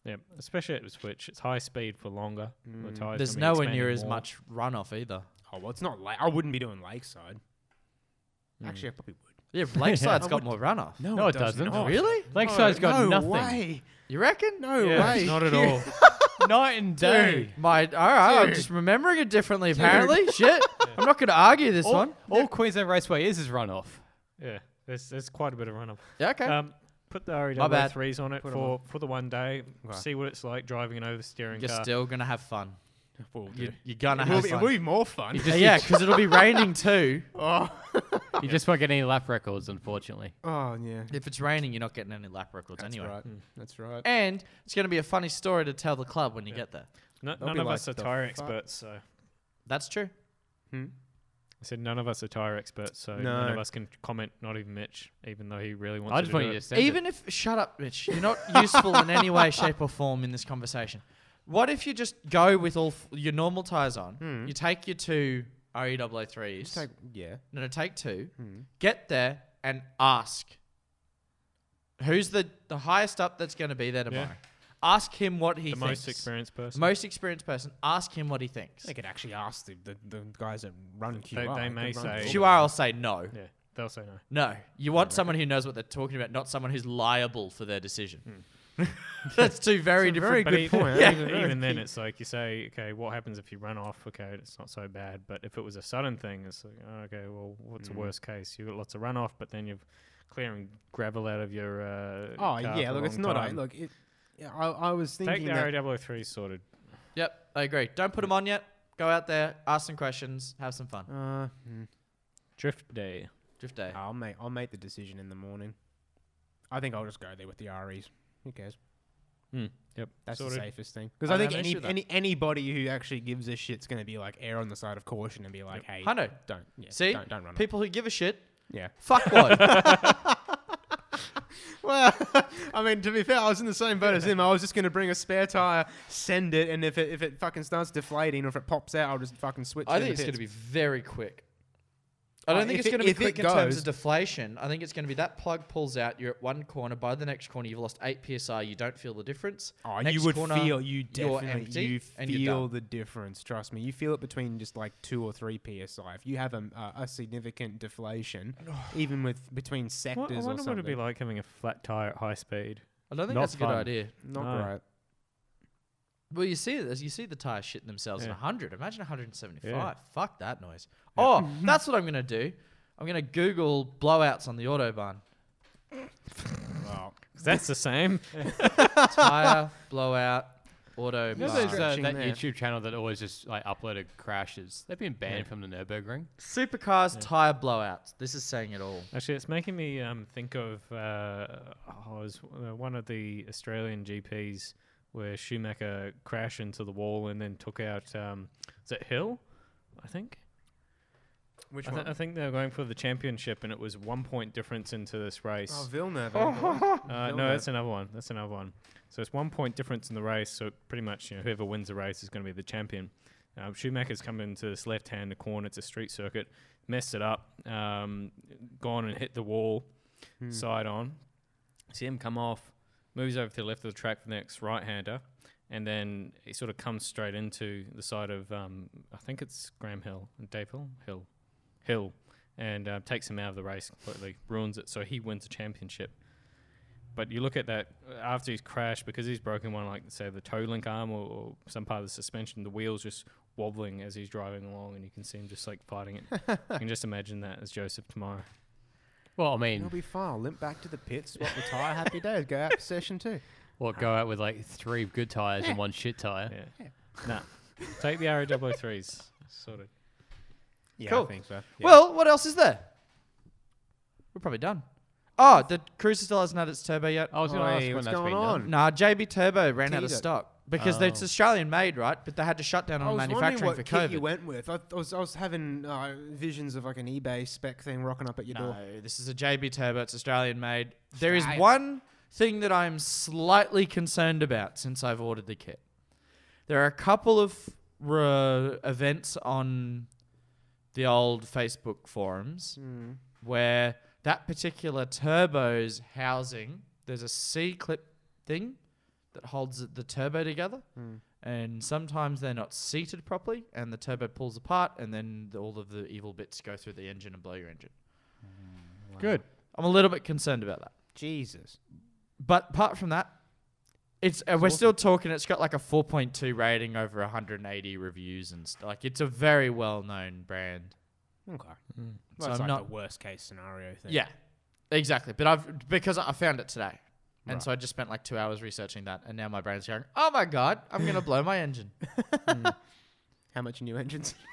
Speaker 5: Yeah, especially at the Switch. It's high speed for longer.
Speaker 3: Mm.
Speaker 5: The tires
Speaker 2: There's
Speaker 5: gonna be
Speaker 2: nowhere near
Speaker 5: expanding
Speaker 2: as
Speaker 5: more.
Speaker 2: much runoff either.
Speaker 3: Oh well, it's not like I wouldn't be doing Lakeside. Actually, I probably would.
Speaker 2: Yeah, Lakeside's got more runoff.
Speaker 4: No, it doesn't.
Speaker 2: Really?
Speaker 4: Lakeside's got
Speaker 3: Oh, no
Speaker 4: nothing.
Speaker 3: Way.
Speaker 2: You reckon?
Speaker 3: No
Speaker 5: Yeah,
Speaker 3: way.
Speaker 5: not at all.
Speaker 4: Night and day.
Speaker 2: Dude, my all right. I'm just remembering it differently. Apparently, shit. I'm not going to argue this
Speaker 4: All,
Speaker 2: one.
Speaker 4: all Queensland Raceway is is runoff.
Speaker 5: yeah, there's there's quite a bit of runoff.
Speaker 2: Yeah, okay.
Speaker 5: Um, put the
Speaker 2: bad.
Speaker 5: REW3s on it for, for the one day.
Speaker 3: Okay.
Speaker 5: See what it's like driving an oversteering
Speaker 2: you're
Speaker 5: car.
Speaker 2: still gonna have fun.
Speaker 3: We'll do.
Speaker 2: You, you're gonna
Speaker 3: uh, It will
Speaker 2: have
Speaker 3: be- it
Speaker 2: fun.
Speaker 3: will be more fun.
Speaker 2: Yeah, Uh, yeah, because it'll be raining too.
Speaker 4: You just won't get any lap records, unfortunately.
Speaker 3: Oh yeah.
Speaker 2: If it's raining, you're not getting any lap records
Speaker 3: That's
Speaker 2: anyway.
Speaker 3: right. That's right.
Speaker 2: And it's gonna be a funny story to tell the club when you get there.
Speaker 5: No-
Speaker 3: They'll
Speaker 5: none
Speaker 3: be
Speaker 5: of
Speaker 3: like,
Speaker 5: us are
Speaker 3: "The
Speaker 5: tire
Speaker 3: fuck?"
Speaker 5: experts, so I
Speaker 2: That's true.
Speaker 5: said none of us are tire experts, so none
Speaker 3: No.
Speaker 5: of us can comment. Not even Mitch, even though he really wants.
Speaker 4: I just
Speaker 5: to
Speaker 4: want
Speaker 5: do
Speaker 4: you to
Speaker 5: it.
Speaker 4: send
Speaker 2: Even if shut up, Mitch, you're not useful in any way, shape, or form in this conversation. What if you just go with all f- your normal tires on? You take your two E RE003s.
Speaker 3: Hmm. Take, yeah.
Speaker 2: No, no, take two.
Speaker 3: Hmm.
Speaker 2: Get there and ask. Who's the, the highest up that's going to be there tomorrow? Ask him what he
Speaker 5: the
Speaker 2: thinks.
Speaker 5: most experienced person.
Speaker 2: Most experienced person. Ask him what he thinks.
Speaker 3: They could actually ask the, the, the guys that run QR.
Speaker 5: They- they may
Speaker 3: could
Speaker 5: say-
Speaker 3: run
Speaker 5: Sure.
Speaker 2: QR will say no.
Speaker 5: yeah, they'll say no.
Speaker 2: No. You want someone who knows what they're talking about, not someone who's liable for their decision. that's two very different.
Speaker 3: very
Speaker 5: Hmm. But
Speaker 3: good
Speaker 5: e-
Speaker 3: point.
Speaker 5: yeah,
Speaker 3: That's a very
Speaker 5: even then,
Speaker 3: key-
Speaker 5: it's like you say, okay, what happens if you run off? Okay, it's not so bad. But if it was a sudden thing, it's like, oh, okay, well, what's the worst case? You've got lots of runoff, but then you're clearing gravel out of your. Uh,
Speaker 3: Oh
Speaker 5: car
Speaker 3: yeah.
Speaker 5: for
Speaker 3: Look,
Speaker 5: a
Speaker 3: it's
Speaker 5: long
Speaker 3: not. I
Speaker 5: time.
Speaker 3: look. It, yeah, I, I was
Speaker 5: Take
Speaker 3: thinking
Speaker 5: the
Speaker 3: that,
Speaker 5: RW3 sorted.
Speaker 2: Yep, I agree. Don't put them on yet. Go out there, ask some questions, have some fun.
Speaker 3: uh, hmm.
Speaker 5: Drift day.
Speaker 2: Drift day.
Speaker 5: uh,
Speaker 3: I'll make I'll make the decision in the morning. I think I'll just go there with the REs. Who cares?
Speaker 5: Yep.
Speaker 3: That's
Speaker 5: sorted.
Speaker 3: the safest thing. Because
Speaker 2: I
Speaker 3: Hmm, I,
Speaker 2: don't
Speaker 3: think
Speaker 2: have an issue
Speaker 3: any,
Speaker 2: with that.
Speaker 3: any anybody who actually gives a shit's going to be like err on the side of caution and be like, hey,
Speaker 2: Hundo.
Speaker 3: don't yeah,
Speaker 2: See?
Speaker 3: don't, don't run. off."
Speaker 2: People who give a shit,
Speaker 3: yeah.
Speaker 2: fuck what?
Speaker 3: Well, I mean, to be fair, I was in the same boat as him. I was just going to bring a spare tire, send it, and if it if it fucking starts deflating or if it pops out, I'll just fucking switch.
Speaker 2: I
Speaker 3: in
Speaker 2: think it's
Speaker 3: the
Speaker 2: going to
Speaker 3: pits.
Speaker 2: be very quick. I don't
Speaker 3: Uh,
Speaker 2: think
Speaker 3: if
Speaker 2: it's
Speaker 3: it-
Speaker 2: going to be
Speaker 3: if it
Speaker 2: quick in terms
Speaker 3: goes-
Speaker 2: of deflation. I think it's going to be that plug pulls out, you're at one corner, by the next corner, you've lost 8 psi, you don't feel the difference.
Speaker 3: Oh,
Speaker 2: Next
Speaker 3: you would
Speaker 2: corner,
Speaker 3: feel you
Speaker 2: you're
Speaker 3: definitely
Speaker 2: empty
Speaker 3: you
Speaker 2: and you're
Speaker 3: feel
Speaker 2: done.
Speaker 3: the difference. Trust me, you feel it between just like two or three psi. If you have a, a, a significant deflation, even with between
Speaker 5: Wha-
Speaker 3: sectors
Speaker 5: I
Speaker 3: or
Speaker 5: wonder what
Speaker 3: something,
Speaker 5: it'd be like having a flat tire at high speed.
Speaker 2: I don't think
Speaker 5: Not
Speaker 2: that's a good
Speaker 5: fun.
Speaker 2: idea.
Speaker 3: not
Speaker 5: No.
Speaker 3: great.
Speaker 2: Well, you see it as you see the tires shitting themselves in
Speaker 5: Yeah.
Speaker 2: 100. Imagine 175.
Speaker 5: Yeah.
Speaker 2: Fuck that noise. Oh, that's what I'm going to do. I'm going to Google blowouts on the Autobahn.
Speaker 3: Well,
Speaker 5: 'Cause That's the same.
Speaker 2: Tire, blowout, Autobahn.
Speaker 4: You know those, uh,
Speaker 3: Stretching
Speaker 4: that
Speaker 3: there.
Speaker 4: YouTube channel that always just like uploaded crashes? They've been banned from the Nurburgring.
Speaker 2: Supercars, tire blowouts. This is saying it all.
Speaker 5: Actually, it's making me um, think of uh, oh, it was uh, one of the Australian GPs where Schumacher crashed into the wall and then took out. Um, is it Hill? I think.
Speaker 3: which
Speaker 5: I, th- I
Speaker 3: one?
Speaker 5: think they were going for the championship, and it was one point difference into this
Speaker 3: Oh,
Speaker 5: race.
Speaker 3: Villeneuve. Oh,
Speaker 5: uh, no, that's another one. That's another one. So it's one point difference in the race. So pretty much, you know, whoever wins the race is going to be the champion. Um, Schumacher's come into this left-hand corner. It's a street circuit. Messed it up. Um, gone and hit the wall, side on. See him come off. Moves over to the left of the track for the next right-hander, and then he sort of comes straight into the side of um, I think it's Graham Hill, Dave Hill, Hill, Hill, and uh, takes him out of the race completely. Ruins it. So he wins the championship. But you look at that uh, after he's crashed because he's broken one, like say the toe link arm or, or some part of the suspension, the wheels just wobbling as he's driving along, and you can see him just like fighting it. you can just imagine that as Joseph tomorrow.
Speaker 4: Well, I
Speaker 3: It'll
Speaker 4: mean,
Speaker 3: be fine. I'll limp back to the pits, swap the tire, happy days. Go out for session two.
Speaker 4: or go out with like three good tires and one shit tire.
Speaker 5: Yeah. nah. Take the RO003s. Sorted.
Speaker 3: Yeah,
Speaker 2: Cool.
Speaker 3: I think so.
Speaker 2: Well, what else is there? We're probably done. Oh, the Cruiser still hasn't had its turbo yet.
Speaker 4: I was going to
Speaker 3: Oi,
Speaker 4: ask when
Speaker 3: what's
Speaker 4: that's
Speaker 3: going
Speaker 4: been done.
Speaker 3: on?
Speaker 2: Nah, JB Turbo ran out of
Speaker 3: Tito.
Speaker 2: stock because they it's Australian made, right? But they had to shut down
Speaker 3: Oh. I
Speaker 2: on
Speaker 3: was wondering
Speaker 2: manufacturing
Speaker 3: what
Speaker 2: for
Speaker 3: kit you
Speaker 2: COVID.
Speaker 3: went with. I, I was I was having uh, visions of like an eBay spec thing rocking up at your door.
Speaker 2: No, this is a JB Turbo. It's Australian made. There is
Speaker 3: Australia.
Speaker 2: one thing that I'm slightly concerned about since I've ordered the kit. There are a couple of uh, events on the old Facebook forums where that particular turbo's housing, there's a C clip thing that holds the turbo together. And sometimes they're not seated properly, and the turbo pulls apart, and then the, all of the evil bits go through the engine and blow your engine.
Speaker 4: Good.
Speaker 2: I'm a little bit concerned about that.
Speaker 3: Jesus.
Speaker 2: But apart from that, it's uh, we're still talking. It's got like a 4.2 rating over 180 reviews and st- like it's a very well known brand.
Speaker 3: Okay.
Speaker 2: So
Speaker 3: Well, it's
Speaker 2: I'm
Speaker 3: like
Speaker 2: not-
Speaker 3: the worst case scenario thing.
Speaker 2: Yeah, exactly. But I've because I found it today, and so I just spent like two hours researching that, and now my brain's going, "Oh my god, I'm gonna blow my engine."
Speaker 3: How much new engines?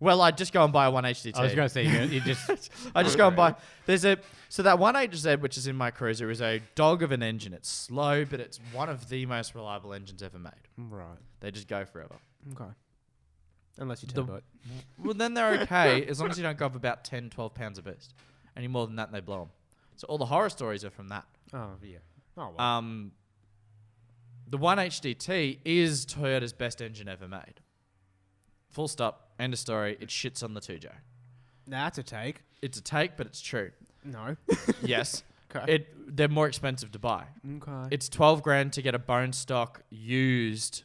Speaker 2: Well, I just go and buy a one HDT.
Speaker 4: I was gonna say you, know, you just
Speaker 2: I just go and buy. There's a so that one HZ which is in my cruiser is a dog of an engine. It's slow, but it's one of the most reliable engines ever made.
Speaker 3: right.
Speaker 2: They just go forever.
Speaker 3: Okay. Unless you
Speaker 2: The-
Speaker 3: turbo it.
Speaker 2: Well, then they're okay as long as you don't go up about 10, 12 pounds a beast. Any more than that, they blow them. So all the horror stories are from that.
Speaker 3: Oh yeah. Oh well.
Speaker 2: Um, the one HDT is Toyota's best engine ever made. Full stop. End of story. It shits on the 2J.
Speaker 3: That's a take.
Speaker 2: It's a take, but it's true.
Speaker 3: No.
Speaker 2: Yes.
Speaker 3: Okay. Mm-hmm.
Speaker 2: It they're more expensive to buy.
Speaker 3: okay.
Speaker 2: It's 12 grand to get a bone stock used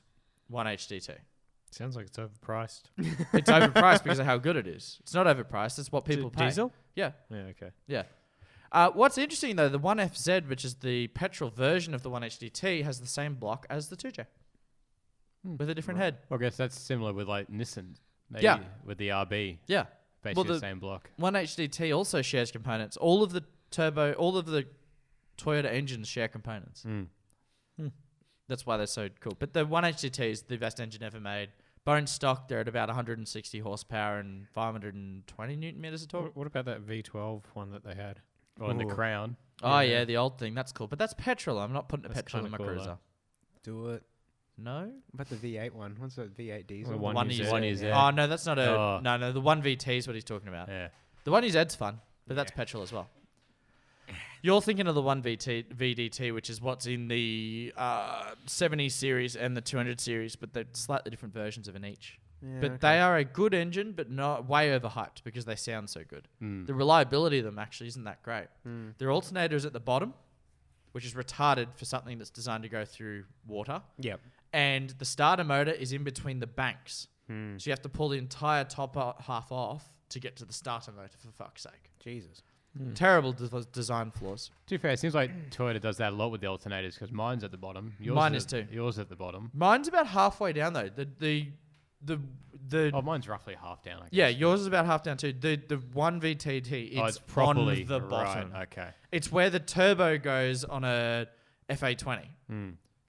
Speaker 2: 1HDT.
Speaker 5: Sounds like it's overpriced.
Speaker 2: It's overpriced because of how good it is. It's not overpriced, it's what people pay.
Speaker 5: diesel?
Speaker 2: Yeah.
Speaker 5: Yeah, okay.
Speaker 2: Yeah. Uh, what's interesting though, the 1FZ, which is the petrol version of the 1HDT, has the same block as the 2J
Speaker 5: Hmm.
Speaker 2: with a different head.
Speaker 4: I guess that's similar with like Nissan. Maybe
Speaker 2: Yeah.
Speaker 4: With the RB,
Speaker 2: Yeah.
Speaker 4: basically
Speaker 2: Well,
Speaker 4: the,
Speaker 2: the-
Speaker 4: same block.
Speaker 2: 1HDT also shares components. All of the turbo, all of the Toyota engines share
Speaker 5: Hmm.
Speaker 2: components. That's why they're so cool. But the 1HDT is the best engine ever made. Bone stock, they're at about 160 horsepower and 520 newton meters of torque.
Speaker 5: What, what about that V12 one that they had?
Speaker 4: Or in the
Speaker 3: Ooh.
Speaker 4: crown.
Speaker 2: Oh yeah, the old thing. That's cool. But that's petrol. I'm not putting a
Speaker 5: That's
Speaker 2: petrol in my
Speaker 5: kinda cool, though.
Speaker 2: cruiser.
Speaker 3: Do it.
Speaker 2: No.
Speaker 3: What about the V8 one? What's that V8 diesel?
Speaker 5: one
Speaker 2: One
Speaker 5: is
Speaker 2: is
Speaker 5: it. One
Speaker 4: is it.
Speaker 2: Oh no, that's not a
Speaker 4: Oh.
Speaker 2: no no. The one VT is what he's talking about.
Speaker 4: Yeah.
Speaker 2: The one is Ed's fun, but that's petrol as well. You're thinking of the one VT, VDT, which is what's in the uh, 70 series and the 200 series, but they're slightly different versions of an each.
Speaker 3: Yeah,
Speaker 2: but
Speaker 3: okay.
Speaker 2: they are a good engine, but not way overhyped because they sound so good. The reliability of them actually isn't that great.
Speaker 3: Hmm.
Speaker 2: Their alternator is at the bottom, which is retarded for something that's designed to go through water.
Speaker 3: Yep.
Speaker 2: And the starter motor is in between the banks. So you have to pull the entire top o- half off to get to the starter motor, for fuck's sake.
Speaker 3: Jesus.
Speaker 4: Hmm.
Speaker 2: Terrible des- design flaws.
Speaker 4: To be fair, it seems like Toyota does that a lot with the alternators because mine's at the bottom. Yours
Speaker 2: Mine
Speaker 4: is
Speaker 2: is
Speaker 4: at-
Speaker 2: too.
Speaker 4: Yours at the bottom.
Speaker 2: Mine's about halfway down though. The the the the
Speaker 4: Oh, mine's roughly half down. I guess.
Speaker 2: yeah, yours is about half down too. The the one VTT it's,
Speaker 4: oh, it's properly
Speaker 2: on the
Speaker 4: right,
Speaker 2: bottom.
Speaker 4: Okay.
Speaker 2: It's where the turbo goes on a FA20.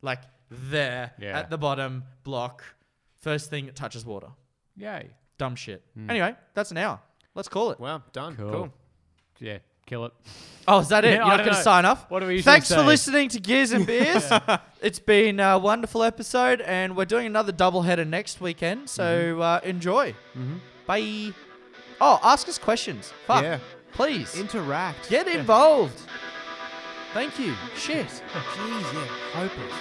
Speaker 2: Like there
Speaker 4: Hmm. Yeah.
Speaker 2: at the bottom block, first thing that touches water.
Speaker 4: Yay.
Speaker 2: Dumb shit.
Speaker 4: Hmm.
Speaker 2: Anyway, that's an hour. Let's call it.
Speaker 3: Well, done.
Speaker 4: Cool.
Speaker 3: Cool.
Speaker 4: Yeah. Kill it.
Speaker 2: Oh, is that it?
Speaker 4: Yeah,
Speaker 2: You're
Speaker 4: I
Speaker 2: not
Speaker 4: don't
Speaker 2: going to
Speaker 4: know.
Speaker 2: sign off?
Speaker 4: What do we usually
Speaker 2: Thanks for
Speaker 4: say?
Speaker 2: listening to Gears and Beers. It's been a wonderful episode, and we're doing another double header next weekend. So
Speaker 4: Mm-hmm.
Speaker 2: uh, enjoy. Bye. Oh, ask us questions. Fuck.
Speaker 3: Yeah.
Speaker 2: Please
Speaker 3: Interact.
Speaker 2: get involved. Thank you. Shit.
Speaker 3: Jeez, yeah. Hopeless.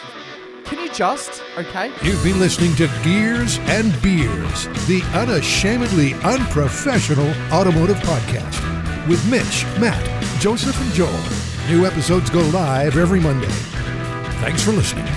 Speaker 2: Can you just? Okay.
Speaker 1: You've been listening to Gears and Beers, the unashamedly unprofessional automotive podcast with Mitch, Matt, Joseph, and Joel. New episodes go live every Monday. Thanks for listening.